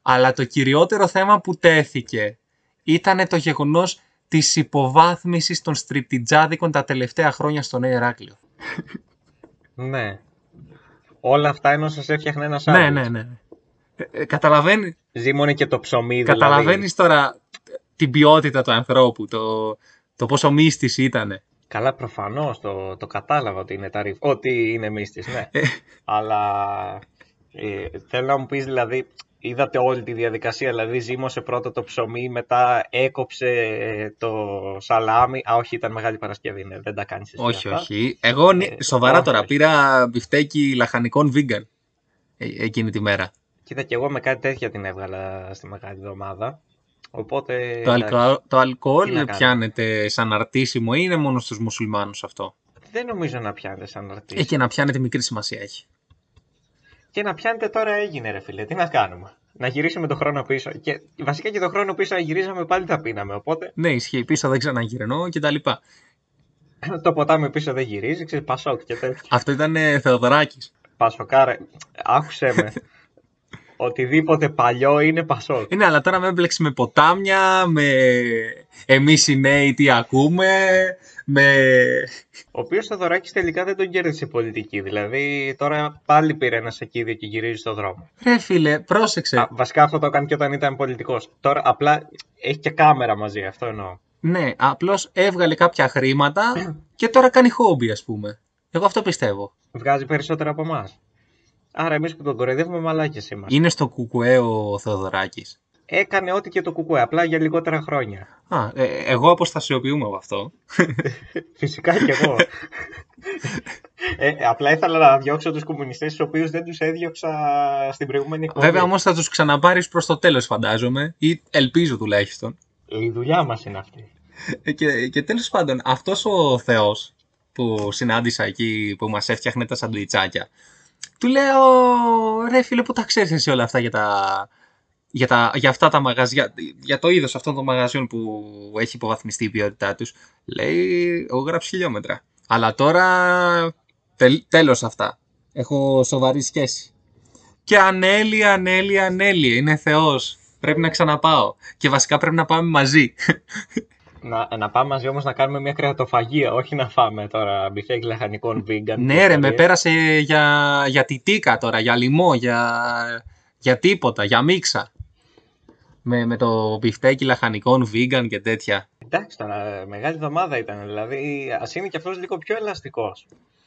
Αλλά το κυριότερο θέμα που τέθηκε ήταν το γεγονός της υποβάθμισης των στριπτιτζάδικων τα τελευταία χρόνια στο Νέο Ηράκλειο. Ναι. Όλα αυτά ενώ σας έφτιαχνε ένας άλλο. Ναι, ναι, ναι. ναι. Ε, ε, καταλαβαίνει, Ζήμωνε και το ψωμί, δηλαδή. καταλαβαίνεις τώρα την ποιότητα του ανθρώπου, το, το πόσο μύστης ήταν. Καλά, προφανώς το, το κατάλαβα ότι είναι ταρίφ. Ότι είναι μύστης, ναι. Ε. Αλλά ε, θέλω να μου πεις, δηλαδή, είδατε όλη τη διαδικασία. Δηλαδή, ζύμωσε πρώτα το ψωμί, μετά έκοψε ε, το σαλάμι. Α, όχι, ήταν Μεγάλη Παρασκευή, ναι, δεν τα κάνεις εσύ. όχι, αυτά. όχι. Εγώ νι- Ε, σοβαρά όχι, τώρα όχι. πήρα μπιφτέκι λαχανικών vegan ε, εκείνη τη μέρα. Κοίτα, και εγώ με κάτι τέτοια την έβγαλα στη Μεγάλη Εβδομάδα. Οπότε. το, αλκο- Ε, εντάξει, το τι να αλκοόλ κάνω. πιάνεται σαν αρτήσιμο ή είναι μόνο στους μουσουλμάνους αυτό. Δεν νομίζω να πιάνετε σαν Ε, αρτίς. και να πιάνεται μικρή σημασία έχει. Και να πιάνετε τώρα έγινε, ρε φίλε. Τι να κάνουμε. Να γυρίσουμε το χρόνο πίσω. Και βασικά και το χρόνο πίσω, αν γυρίζαμε πάλι θα πίναμε. Οπότε Ναι, ισχύει. Πίσω δεν ξαναγυρνώ και τα λοιπά. το ποτάμι πίσω δεν γυρίζει, ξέρεις, πασόκ και τέτοια. Αυτό ήταν ε, Θεοδωράκης. Πασοκάρε, άκουσε με. Οτιδήποτε παλιό είναι πασόκ. Ε, Ναι, αλλά τώρα με έμπλεξε με ποτάμια, με εμείς οι νέοι τι ακούμε, με... Ο οποίος Θοδωράκης τελικά δεν τον κέρδισε η πολιτική. Δηλαδή τώρα πάλι πήρε ένα σακίδιο και γυρίζει στον δρόμο. Ρε φίλε, πρόσεξε. Α, βασικά αυτό το έκανε και όταν ήταν πολιτικός. Τώρα απλά έχει και κάμερα μαζί, αυτό εννοώ. Ναι, απλώς έβγαλε κάποια χρήματα και τώρα κάνει χόμπι ας πούμε. Εγώ αυτό πιστεύω. Βγάζει περισσότερα από εμάς. Άρα εμείς που τον κοροϊδεύουμε, μαλάκες είμαστε. Είναι στο κουκουέ ο Θεοδωράκης. Έκανε ό,τι και το κουκουέ, απλά για λιγότερα χρόνια. Α, ε, εγώ αποστασιοποιούμαι από αυτό. Φυσικά και εγώ. ε, απλά ήθελα να διώξω τους κομμουνιστές, τους οποίους δεν τους έδιωξα στην προηγούμενη εκπομπή. Βέβαια όμως θα τους ξαναπάρεις προς το τέλος, φαντάζομαι, ή ελπίζω τουλάχιστον. Η δουλειά μας είναι αυτή. Ε, Και, και τέλος πάντων, αυτός ο Θεός που συνάντησα εκεί που μας έφτιαχνε τα σαντουιτσάκια, του λέω ρε φίλε, που τα ξέρεις εσύ όλα αυτά για τα. Για, τα, για αυτά τα μαγαζιά, για το είδος αυτών των μαγαζιών που έχει υποβαθμιστεί η ποιότητά τους, λέει, εγώ γράψει χιλιόμετρα. Αλλά τώρα τελ, τέλος αυτά. Έχω σοβαρή σχέση. Και ανέλη, ανέλη, ανέλη. Είναι θεός. Πρέπει να ξαναπάω. Και βασικά πρέπει να πάμε μαζί. Να, να πάμε μαζί όμως να κάνουμε μια κρεατοφαγία, όχι να φάμε τώρα μπιφτέκι λαχανικών vegan. Δηλαδή, Ναι ρε, με πέρασε για, για τιτίκα τώρα, για λιμό, για, για τίποτα, για μίξα. Με, με το μπιφτέκι λαχανικών, vegan και τέτοια. Εντάξει τώρα, ε, μεγάλη εβδομάδα ήταν. Δηλαδή, ας είναι και αυτός λίγο πιο ελαστικός.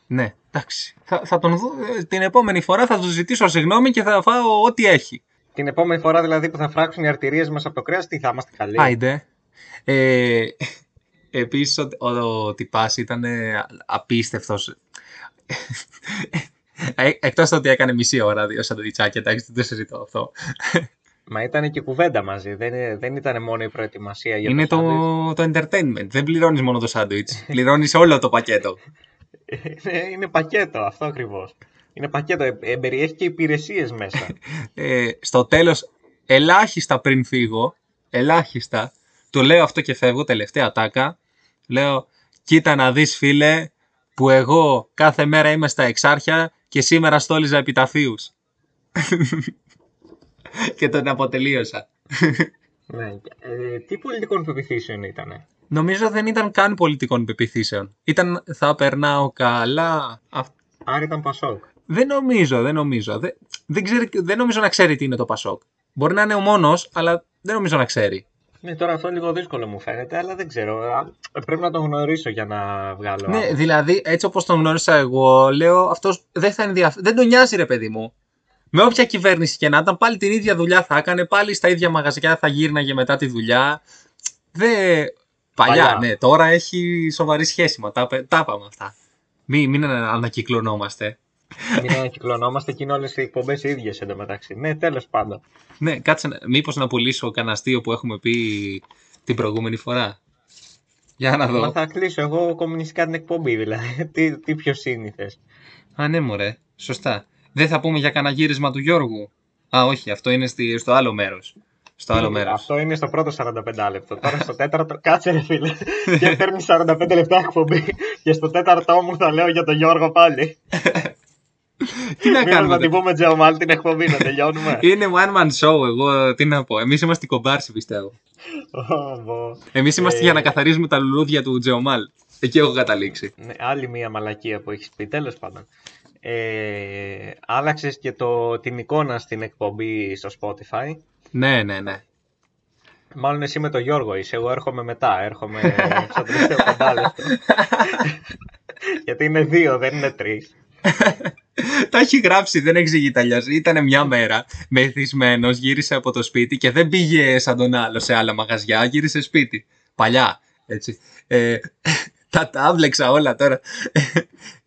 Ναι, εντάξει. Θα, θα τον δω, ε, την επόμενη φορά θα του ζητήσω συγγνώμη και θα φάω ό,τι έχει. Την επόμενη φορά δηλαδή που θα φράξουν οι αρτηρίες μας από το κρέας, τι θα είμαστε καλοί. Άιντε. Ε, επίσης, ο, ο, ο τυπάς ήταν ε, απίστευτος. Ε, Εκτός το ότι έκανε μισή ώρα δύο σαντουιτσάκια, εντάξει, δεν το συζητώ αυτό. Μα ήταν και κουβέντα μαζί. Δεν, δεν ήταν μόνο η προετοιμασία για Είναι το, το, σάντουιτς. το entertainment. Δεν πληρώνεις μόνο το σάντουιτς. πληρώνεις όλο το πακέτο. Είναι, είναι πακέτο αυτό ακριβώς. Είναι πακέτο. Ε, ε, περιέχει και υπηρεσίες μέσα. Ε, στο τέλος, ελάχιστα πριν φύγω, ελάχιστα, του λέω αυτό και φεύγω, τελευταία τάκα, λέω, κοίτα να δεις φίλε, που εγώ κάθε μέρα είμαι στα εξάρχεια και σήμερα στόλιζα επιταφείους. και τον αποτελείωσα. ναι. Ε, τι πολιτικών πεπιθήσεων ήταν. Νομίζω δεν ήταν καν πολιτικών πεπιθήσεων. Ήταν θα περνάω καλά. Αυτ- Άρα ήταν Πασόκ. Δεν νομίζω, δεν νομίζω. Δεν, δεν, ξέρει, δεν νομίζω να ξέρει τι είναι το Πασόκ. Μπορεί να είναι ο μόνος, αλλά δεν νομίζω να ξέρει. Ναι, τώρα αυτό λίγο δύσκολο μου φαίνεται, αλλά δεν ξέρω. Α, ε, Πρέπει να τον γνωρίσω για να βγάλω. Ναι, δηλαδή έτσι όπως τον γνώρισα εγώ, λέω αυτός δεν θα ενδιαφ... δεν τον νοιάζει ρε παιδί μου. Με όποια κυβέρνηση και να ήταν, πάλι την ίδια δουλειά θα έκανε, πάλι στα ίδια μαγαζιά θα γύρναγε μετά τη δουλειά. Δε... Παλιά, Παλιά. ναι, τώρα έχει σοβαρή σχέση μα, τα, πε- τα είπαμε αυτά. Μην, μην ανα- ανακυκλωνόμαστε. Μην ανακυκλωνόμαστε και είναι όλες οι εκπομπές οι ίδιες εντωμεταξύ. Ναι, τέλος πάντων. Ναι, κάτσε, να- μήπως να πουλήσω κανένα αστείο που έχουμε πει την προηγούμενη φορά. Για να Μα δω. θα κλείσω εγώ κομμουνιστικά την εκπομπή, δηλαδή. Τι, τι πιο σύνηθες. Α, ναι, μωρέ. Σωστά. Δεν θα πούμε για κανένα γύρισμα του Γιώργου. Α, όχι, αυτό είναι στη, στο άλλο μέρος. Στο άλλο μέρος. Ναι, Αυτό είναι στο πρώτο 45 λεπτό. Τώρα στο τέταρτο, κάτσε ρε φίλε. και παίρνει 45 λεπτά εκπομπή. και στο τέταρτο μου θα λέω για τον Γιώργο πάλι. Τι να Μήπως κάνουμε. Ναι, την τώρα. πούμε Τζεωμάλ την εκπομπή, να τελειώνουμε. Είναι one man show, εγώ τι να πω. Εμείς είμαστε κομπάρσι, πιστεύω. Ε- Ω, βο. Εμείς είμαστε Ε. για να καθαρίζουμε τα λουλούδια του Τζεωμάλ. Εκεί έχω καταλήξει. Ναι, άλλη μία μαλακία που έχεις πει, τέλος πάντων. Ε, άλλαξες και το, την εικόνα στην εκπομπή στο Spotify. Ναι, ναι, ναι. Μάλλον εσύ με τον Γιώργο είσαι, εγώ έρχομαι μετά, έρχομαι στο τελευταίο πεντάλεπτο. Γιατί είναι δύο, δεν είναι τρεις. Τα έχει γράψει, δεν εξηγείται αλλιώς. Ήταν μια μέρα μεθυσμένος, γύρισε από το σπίτι και δεν πήγε σαν τον άλλο σε άλλα μαγαζιά, γύρισε σπίτι. Παλιά, έτσι. Ε, τα τάβλεξα όλα τώρα.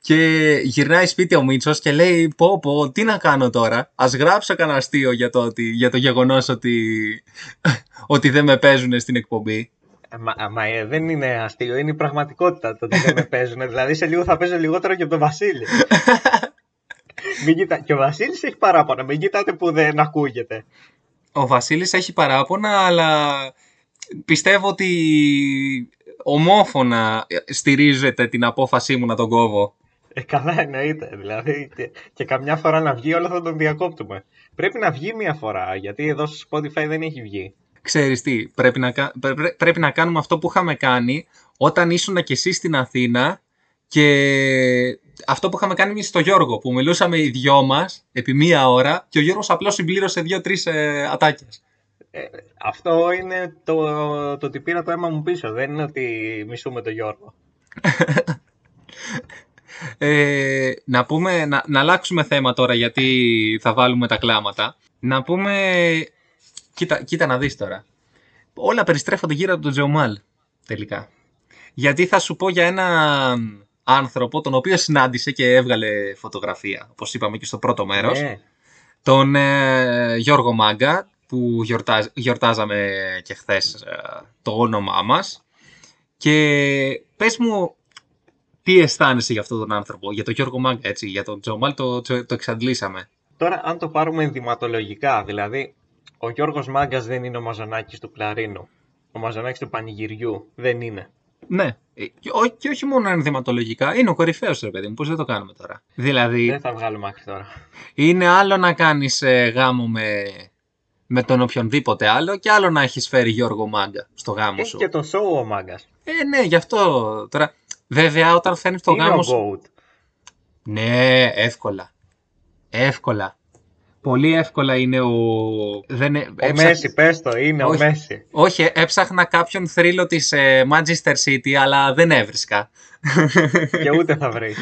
και γυρνάει σπίτι ο Μίτσος και λέει: Πω, πω, τι να κάνω τώρα. Ας γράψω κανένα αστείο για το, ότι, για το γεγονός ότι, ότι δεν με παίζουν στην εκπομπή. Ε, Μα, α, μα, ε, δεν είναι αστείο, είναι η πραγματικότητα το ότι δεν με παίζουν. δηλαδή σε λίγο θα παίζω λιγότερο και από τον Βασίλη. Μην κοιτά... Και ο Βασίλης έχει παράπονα, μην κοιτάτε που δεν ακούγεται. Ο Βασίλης έχει παράπονα, αλλά πιστεύω ότι ομόφωνα στηρίζεται την απόφασή μου να τον κόβω. Ε, καλά εννοείται. Δηλαδή, και, και καμιά φορά να βγει, όλα θα τον διακόπτουμε. Πρέπει να βγει μία φορά, γιατί εδώ στο Spotify δεν έχει βγει. Ξέρεις τι, πρέπει να, κα- πρέ- πρέ- πρέπει να κάνουμε αυτό που είχαμε κάνει όταν ήσουν και εσύ στην Αθήνα και αυτό που είχαμε κάνει εμείς στο Γιώργο, που μιλούσαμε οι δυο μας επί μία ώρα και ο Γιώργος απλώς συμπλήρωσε δύο-τρεις ε, ατάκες. Ε, αυτό είναι το, το ότι πήρα το αίμα μου πίσω. Δεν είναι ότι μισούμε τον Γιώργο. Ε, να, πούμε, να, να αλλάξουμε θέμα τώρα γιατί θα βάλουμε τα κλάματα. Να πούμε... Κοίτα, κοίτα να δεις τώρα. Όλα περιστρέφονται γύρω από τον Τζεωμάλ τελικά. Γιατί θα σου πω για ένα άνθρωπο τον οποίο συνάντησε και έβγαλε φωτογραφία, όπως είπαμε και στο πρώτο μέρος. Ναι. Τον ε, Γιώργο Μάγκα, που γιορτάζ, γιορτάζαμε και χθες ε, το όνομά μας. Και πες μου τι αισθάνεσαι για αυτόν τον άνθρωπο, για τον Γιώργο Μάγκα, έτσι, για τον Τζομάλ το, το, το εξαντλήσαμε. Τώρα, αν το πάρουμε ενδυματολογικά, δηλαδή, ο Γιώργος Μάγκας δεν είναι ο Μαζονάκης του Κλαρίνου. Ο Μαζονάκης του Πανηγυριού δεν είναι. Ναι, Ε, και, ό, και όχι μόνο ενδυματολογικά, είναι ο κορυφαίος ρε παιδί μου, πώς δεν το κάνουμε τώρα. Δηλαδή, Δεν θα βγάλουμε άκρη τώρα. Είναι άλλο να κάνεις ε, γάμο με, με τον οποιονδήποτε άλλο και άλλο να έχεις φέρει Γιώργο Μάγκα στο γάμο Έχει σου. Ε, και το show ο Μάγκας. Ε, ναι, γι' αυτό τώρα. Βέβαια, όταν φέρνεις το είναι ο γάμο σου... Goat. Ναι, εύκολα. Εύκολα. Πολύ εύκολα είναι ο... Δεν... ε, Ο έψαχ- Μέση, πες το, είναι Όχι. ο Μέση. Όχι, έψαχνα κάποιον θρύλο της ε, Manchester City, αλλά δεν έβρισκα. και ούτε θα βρει.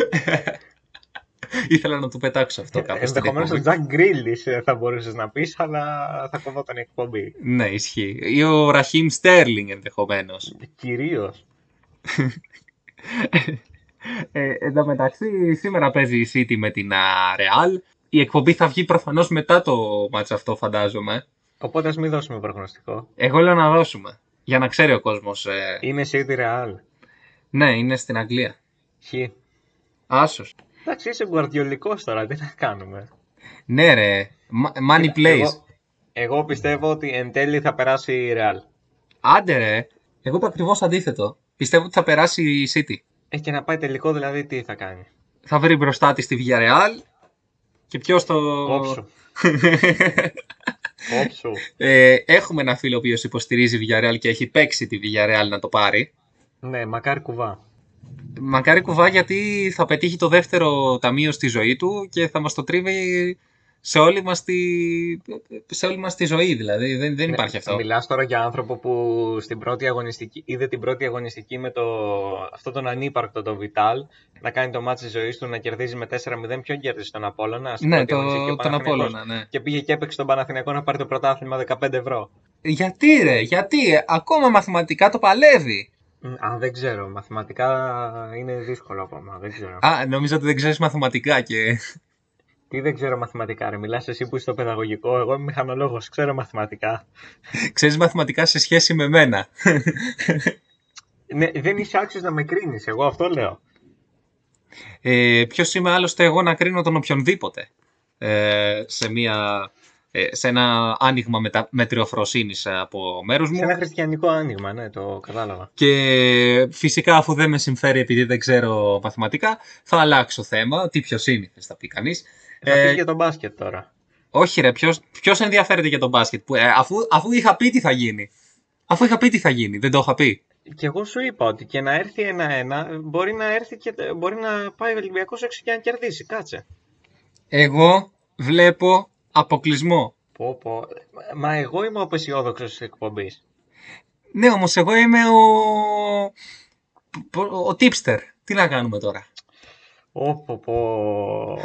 Ήθελα να του πετάξω αυτό κάπως. στην Ενδεχομένως εκπομπή. Ε, ο Τζακ Γκρίλι θα μπορούσες να πεις, αλλά θα κοβόταν η εκπομπή. Ναι, ισχύει. Ή ο Ραχίμ Στέρλινγκ ενδεχομένως. Κυρίως. Ε, εν τω μεταξύ, σήμερα παίζει η City με την α, Real. Η εκπομπή θα βγει προφανώς μετά το μάτς αυτό, φαντάζομαι. Ναι. Οπότε ας μην δώσουμε προγνωστικό. Εγώ λέω να δώσουμε. Για να ξέρει ο κόσμος. ε, Είναι City Real. ναι, είναι στην Αγγλία. Χ. Άσος. Εντάξει, είσαι γκουαρδιολικό τώρα, τι να κάνουμε. Ναι, ρε. Μα- Money plays. Ε, Εγώ, εγώ πιστεύω ότι εν τέλει θα περάσει η Real. Άντε, ρε. Εγώ είπα ακριβώς αντίθετο. Πιστεύω ότι θα περάσει η City. Ε, και να πάει τελικό δηλαδή τι θα κάνει. Θα βρει μπροστά της τη Villarreal. Και ποιος το. Όψου. Όψου. ε, έχουμε ένα φίλο ο οποίος υποστηρίζει Villarreal και έχει παίξει τη Villarreal να το πάρει. Ναι, μακάρι κουβά. Μακάρι κουβά γιατί θα πετύχει το δεύτερο ταμείο στη ζωή του και θα μας το τρίβει σε όλη μας τη, σε όλη μας τη ζωή δηλαδή. Δεν, Ναι, δεν υπάρχει αυτό. Μιλάς τώρα για άνθρωπο που στην πρώτη αγωνιστική, είδε την πρώτη αγωνιστική με το, αυτό τον ανύπαρκτο, τον Βιτάλ, να κάνει το μάτι της ζωής του, να κερδίζει με 4-0. Ποιον κέρδισε τον Απόλλωνα. στην Ναι, πρώτη το, αγωνιστική, ο τον Παναθηναϊκός. Απόλλωνα, ναι. Και πήγε και έπαιξε τον Παναθηναϊκό να πάρει το πρωτάθλημα 15 ευρώ. Γιατί ρε, γιατί, ε, ακόμα μαθηματικά το παλεύει. Μ, Α, δεν ξέρω. Μαθηματικά είναι δύσκολο ακόμα. Δεν ξέρω. Α, νομίζω ότι δεν ξέρεις μαθηματικά και... Τι δεν ξέρω μαθηματικά, ρε. Μιλάς εσύ που είσαι στο παιδαγωγικό. Εγώ είμαι μηχανολόγος. Ξέρω μαθηματικά. ξέρεις μαθηματικά σε σχέση με μένα. Ναι, δεν είσαι άξιος να με κρίνεις. Εγώ αυτό λέω. Ε, Ποιος είμαι άλλωστε εγώ να κρίνω τον οποιονδήποτε ε, σε, μια, ε, σε ένα άνοιγμα μετα, μετριοφροσύνης από μέρους μου. Σε ένα χριστιανικό άνοιγμα, ναι, το κατάλαβα. Και Ε, φυσικά, αφού δεν με συμφέρει επειδή δεν ξέρω μαθηματικά, θα αλλάξω θέμα. Τι ποιος είναι, θες θα πει κανείς. Θα πεις για τον μπάσκετ τώρα. όχι, ρε, ποιος ποιος ενδιαφέρεται για τον μπάσκετ. Που, ε, αφού, αφού είχα πει τι θα γίνει. Αφού είχα πει τι θα γίνει, δεν το είχα πει. Και εγώ σου είπα ότι και να έρθει ένα-ένα, μπορεί να, έρθει και, μπορεί να πάει ο Ολυμπιακός έξω και να κερδίσει. Κάτσε. Εγώ βλέπω αποκλεισμό. Πω, πω. Μα εγώ είμαι ο απεσιόδοξος της εκπομπής. Ναι, όμως εγώ είμαι ο. Ο, ο tipster. Τι να κάνουμε τώρα. Πω, πω, πω.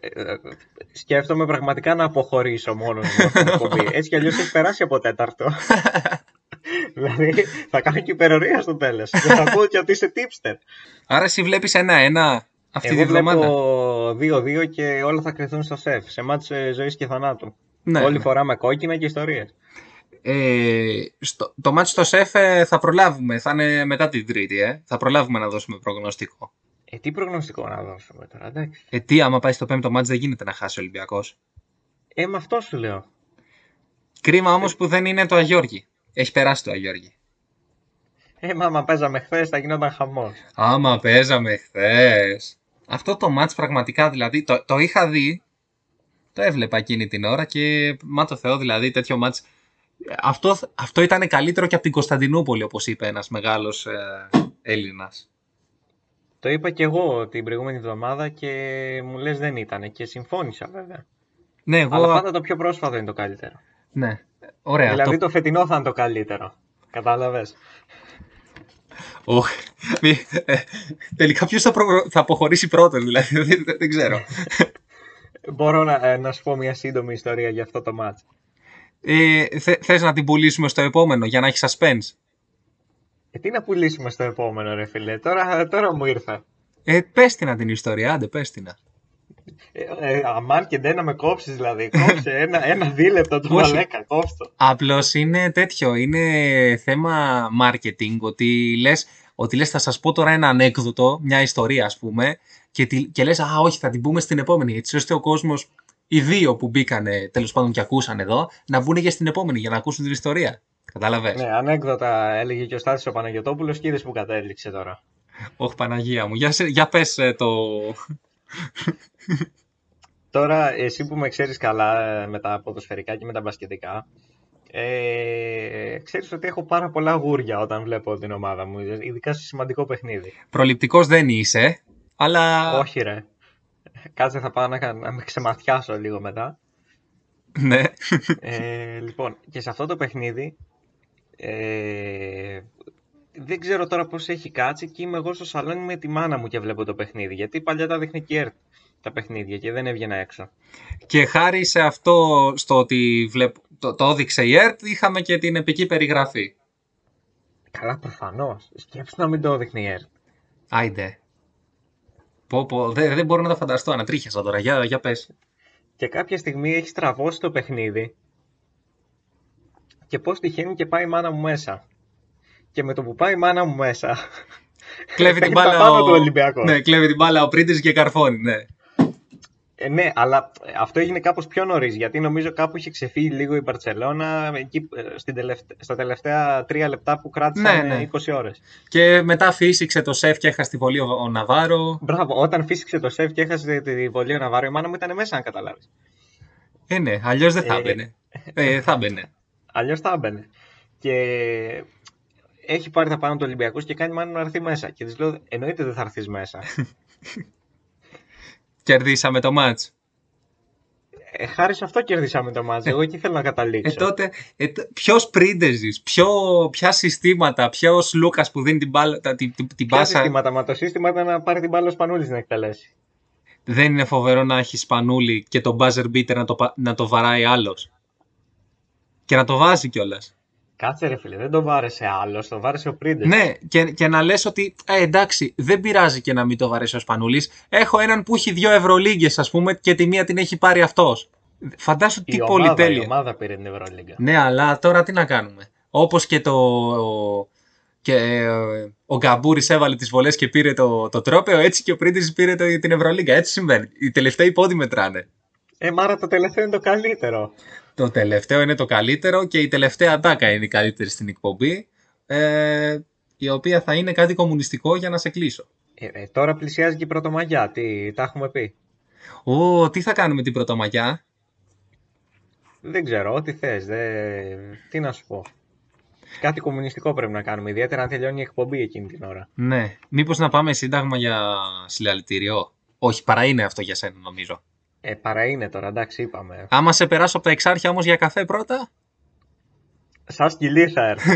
Ε, ε, Σκέφτομαι πραγματικά να αποχωρήσω μόνο μου από την εκπομπή. Έτσι κι αλλιώς έχει περάσει από τέταρτο. δηλαδή θα κάνω και υπερορία στο τέλος. Και θα πω και ότι είσαι tipster. Άρα εσύ βλέπεις ένα-ένα αυτή Εγώ τη βδομάδα. βλέπω 2-2 και όλα θα κρυθούν στο σεφ. Σε μάτς ε, ζωής και θανάτου. Ναι, Όλη ναι. φοράμε κόκκινα και ιστορίες. Ε, στο, το μάτς στο ΣΕΦ ε, θα προλάβουμε, θα είναι μετά την Τρίτη, ε. θα προλάβουμε να δώσουμε προγνωστικό. Ε, τι προγνωστικό να δώσουμε τώρα, εντάξει. Ε, τι άμα πάει στο πέμπτο μάτς δεν γίνεται να χάσει ο Ολυμπιακός. Ε, με αυτό σου λέω. Κρίμα όμως που δεν είναι το Αγιώργη. Έχει περάσει το Αγιώργη. Ε, μα άμα παίζαμε χθες θα γινόταν χαμός. Άμα παίζαμε χθες. Αυτό το μάτς πραγματικά δηλαδή το, το είχα δει, το έβλεπα εκείνη την ώρα και μα το Θεό δηλαδή τέτοιο μάτς ε, αυτό, αυτό ήταν καλύτερο και από την Κωνσταντινούπολη όπως είπε ένας μεγάλος ε, Έλληνας. Το είπα και εγώ την προηγούμενη εβδομάδα και μου λες δεν ήταν. Και συμφώνησα βέβαια. Ναι, εγώ... Αλλά πάντα το πιο πρόσφατο είναι το καλύτερο. Ναι. Ωραία. δηλαδή το- το... φετινό θα είναι το καλύτερο. Κατάλαβες. Οχ. Μη- ε, Τελικά ποιος θα, προ- θα αποχωρήσει πρώτος, δηλαδή. Δεν, δεν- δεν ξέρω. Μπορώ να, ε, να σου πω μια σύντομη ιστορία για αυτό το μάτς. Ε, θε, θες να την πουλήσουμε στο επόμενο για να έχεις suspense. Ε, τι να πουλήσουμε στο επόμενο ρε φίλε, τώρα, τώρα μου ήρθα. Ε, πες την την ιστορία, άντε πες την. Ε, ε, αμάν και ντε να με κόψεις δηλαδή, κόψε ένα, ένα δίλεπτο του Όχι. μαλέκα, κόψτο. Απλώς είναι τέτοιο, είναι θέμα marketing, ότι λες, ότι λες θα σας πω τώρα ένα ανέκδοτο, μια ιστορία ας πούμε, και, τη- και λες α όχι θα την πούμε στην επόμενη, έτσι ώστε ο κόσμος, οι δύο που μπήκανε τέλος πάντων και ακούσαν εδώ, να βγουν και στην επόμενη για να ακούσουν την ιστορία. Κατάλαβες. Ναι, ανέκδοτα έλεγε και ο Στάθης ο Παναγιωτόπουλος και είδες που κατέληξε τώρα. Όχι Παναγία μου, για, σε- για πες ε, το... Τώρα, εσύ που με ξέρεις καλά ε, με τα ποδοσφαιρικά και με τα μπασκετικά, ε, ξέρεις ότι έχω πάρα πολλά γούρια όταν βλέπω την ομάδα μου, ειδικά σε σημαντικό παιχνίδι. Προληπτικός δεν είσαι, αλλά... Όχι ρε. Κάτσε θα πάω να, κα- να με ξεμαθιάσω λίγο μετά. Ναι. Ε, λοιπόν, και σε αυτό το παιχνίδι, ε, δεν ξέρω τώρα πώς έχει κάτσει και είμαι εγώ στο σαλόνι με τη μάνα μου και βλέπω το παιχνίδι, γιατί παλιά τα δείχνει και η ΕΡΤ τα παιχνίδια και δεν έβγαινα έξω. Και χάρη σε αυτό στο ότι βλέπ... το, το έδειξε η ΕΡΤ, είχαμε και την επική περιγραφή. Καλά, προφανώς. Σκέψτε να μην το δείχνει η ΕΡΤ. Άιντε. Πω, πω, δεν, δεν μπορώ να τα φανταστώ, ανατρίχιασα τώρα. Για, για πες. Και κάποια στιγμή έχει στραβώσει το παιχνίδι. Και πώς τυχαίνει και πάει η μάνα μου μέσα. Και με το που πάει η μάνα μου μέσα. Κλέβει την Παίρνει τα μπάλα πάνω του Ολυμπιακός. Ναι, κλέβει την μπάλα ο Πρίντης και καρφώνει, ναι. Ε, ναι, αλλά ε, αυτό έγινε κάπως πιο νωρίς, γιατί νομίζω κάπου είχε ξεφύγει λίγο η Μπαρσελόνα εκεί, ε, στην τελευτε- στα τελευταία τρία λεπτά που κράτησαν Ναι, ναι. ε, 20 ώρες. Και μετά φύσηξε το σεφ και έχασε τη βολή ο, ο Ναβάρο. Μπράβο, όταν φύσηξε το σεφ και έχασε τη βολή ο Ναβάρο, η μάνα μου ήταν μέσα, αν καταλάβεις. Ε, ναι, αλλιώς δεν θα Ε, έμπαινε. Ε, θα έμπαινε. Αλλιώς θα έμπαινε. Και έχει πάρει τα πάνω του Ολυμπιακούς και κάνει η μάνα μου να έρθει μέσα. Και της λέω: Εννοείται δεν θα έρθεις μέσα. Κερδίσαμε το μάτς. Ε, χάρη σε αυτό κερδίσαμε το μάτζ. Εγώ εκεί θέλω να Ε, καταλήξω. τότε, ε, τ- ποιος πρίντεζης, ποιο, ποια συστήματα, ποιος Λούκας που δίνει την, μπάλα, τα- την, την, την Ποια πάσα. συστήματα, μα το σύστημα ήταν να πάρει την μπάλα ο Σπανούλης να εκτελέσει. Δεν είναι φοβερό να έχεις σπανούλι και τον buzzer beater να το, πα- να το βαράει άλλος. Και να το βάζει κιόλας. Κάτσε ρε φίλε, δεν το βάρεσε άλλος, το βάρεσε ο Πρίντες. Ναι, και, και να λες ότι ε, εντάξει, δεν πειράζει και να μην το βαρέσει ο Σπανούλης. Έχω έναν που έχει δύο Ευρωλίγκες ας πούμε και τη μία την έχει πάρει αυτός. Φαντάσου Η τι ομάδα, πολυτέλεια. η ομάδα πήρε την Ευρωλίγκα. Ναι, αλλά τώρα τι να κάνουμε. Όπως και το... Και ε, ο Γκαμπούρης έβαλε τις βολές και πήρε το, το τρόπεο, έτσι και ο Πρίντης πήρε το, την Ευρωλίγκα. Έτσι συμβαίνει. Οι τελευταίοι πόδι μετράνε. Ε, μάρα το τελευταίο είναι το καλύτερο. Το τελευταίο είναι το καλύτερο και η τελευταία ατάκα είναι η καλύτερη στην εκπομπή. Ε, η οποία θα είναι κάτι κομμουνιστικό για να σε κλείσω. Ε, ε, τώρα πλησιάζει και η Πρωτομαγιά, τι, τα έχουμε πει. Ω, τι θα κάνουμε την Πρωτομαγιά. Δεν ξέρω, ό,τι θες, δε... τι να σου πω. Κάτι κομμουνιστικό πρέπει να κάνουμε, ιδιαίτερα αν τελειώνει η εκπομπή εκείνη την ώρα. Ναι. Μήπως να πάμε σύνταγμα για συλλαλητήριο. Όχι, παρά είναι αυτό για σένα νομίζω. Ε, παρά είναι τώρα, εντάξει, είπαμε. Άμα σε περάσω από τα εξάρχεια όμως για καφέ πρώτα. Σαν σκυλή θα έρθω.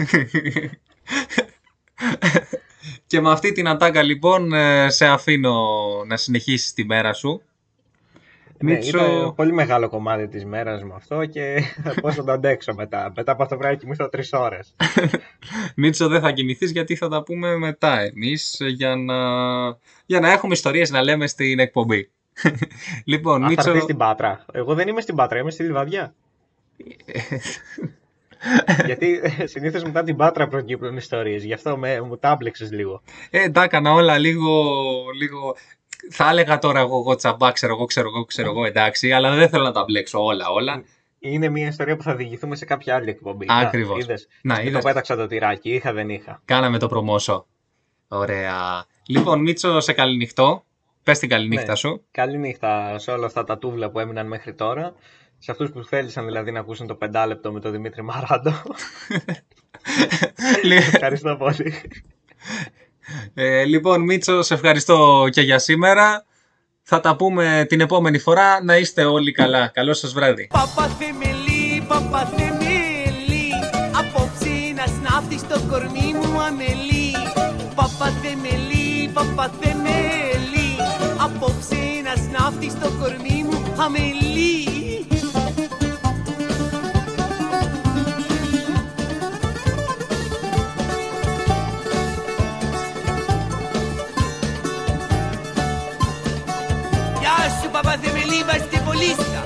και με αυτή την ατάκα λοιπόν ε, σε αφήνω να συνεχίσεις τη μέρα σου. Ναι, Μίτσο- ήταν πολύ μεγάλο κομμάτι της μέρας μου αυτό και πώς θα το αντέξω μετά. Μετά από αυτό το βράδυ κοιμήθω τρεις ώρες. Μίτσο δεν θα κοιμηθείς γιατί θα τα πούμε μετά εμείς για να, για να έχουμε ιστορίες να λέμε στην εκπομπή. λοιπόν, Αν θα Μίτσο... έρθεις στην Πάτρα. Εγώ δεν είμαι στην Πάτρα, είμαι στη Λιβαδιά. Ε. Γιατί συνήθως μετά την Πάτρα προκύπτουν ιστορίες, γι' αυτό με, μου τα άμπλεξες λίγο. Ε, τα έκανα όλα λίγο, λίγο... Θα έλεγα τώρα εγώ, εγώ τσαμπά, ξέρω εγώ, ξέρω εγώ, ξέρω εγώ, εντάξει, αλλά δεν θέλω να τα μπλέξω όλα, όλα. Είναι μια ιστορία που θα διηγηθούμε σε κάποια άλλη εκπομπή. Ακριβώς. Να, είδες. Να, Και είδες. το πέταξα το τυράκι, είχα δεν είχα. Κάναμε το προμόσο. Ωραία. Λοιπόν, Μίτσο, σε καληνυχτώ. Πες την καληνύχτα Ναι. σου. Καλή νύχτα σε όλα αυτά τα τούβλα που έμειναν μέχρι τώρα. Σε αυτούς που θέλησαν δηλαδή να ακούσουν το πεντάλεπτο με τον Δημήτρη Μαράντο. Ευχαριστώ πολύ. Ε, λοιπόν, Μίτσο, σε ευχαριστώ και για σήμερα. Θα τα πούμε την επόμενη φορά. Να είστε όλοι καλά. Καλό σας βράδυ. Παπαθεμελή, παπαθεμελή Απόψε να σνάφτεις το κορμί μου αμελή θεμελί, παπαθεμελί Απόψε ένας ναύτης στο κορμί μου αμελεί Γεια σου παπαθεμελή, είμαστε πολύ στα.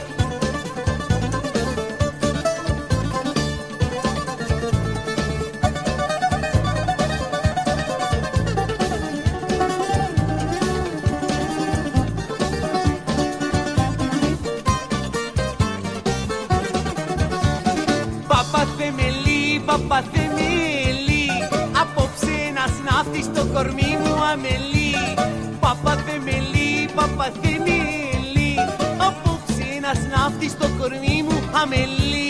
Παπαθεμελή, παπαθεμελή Απόψε ένας ναύτης στο κορμί μου αμελή Παπαθεμελή, παπαθεμελή Απόψε ένας ναύτης στο κορμί μου αμελή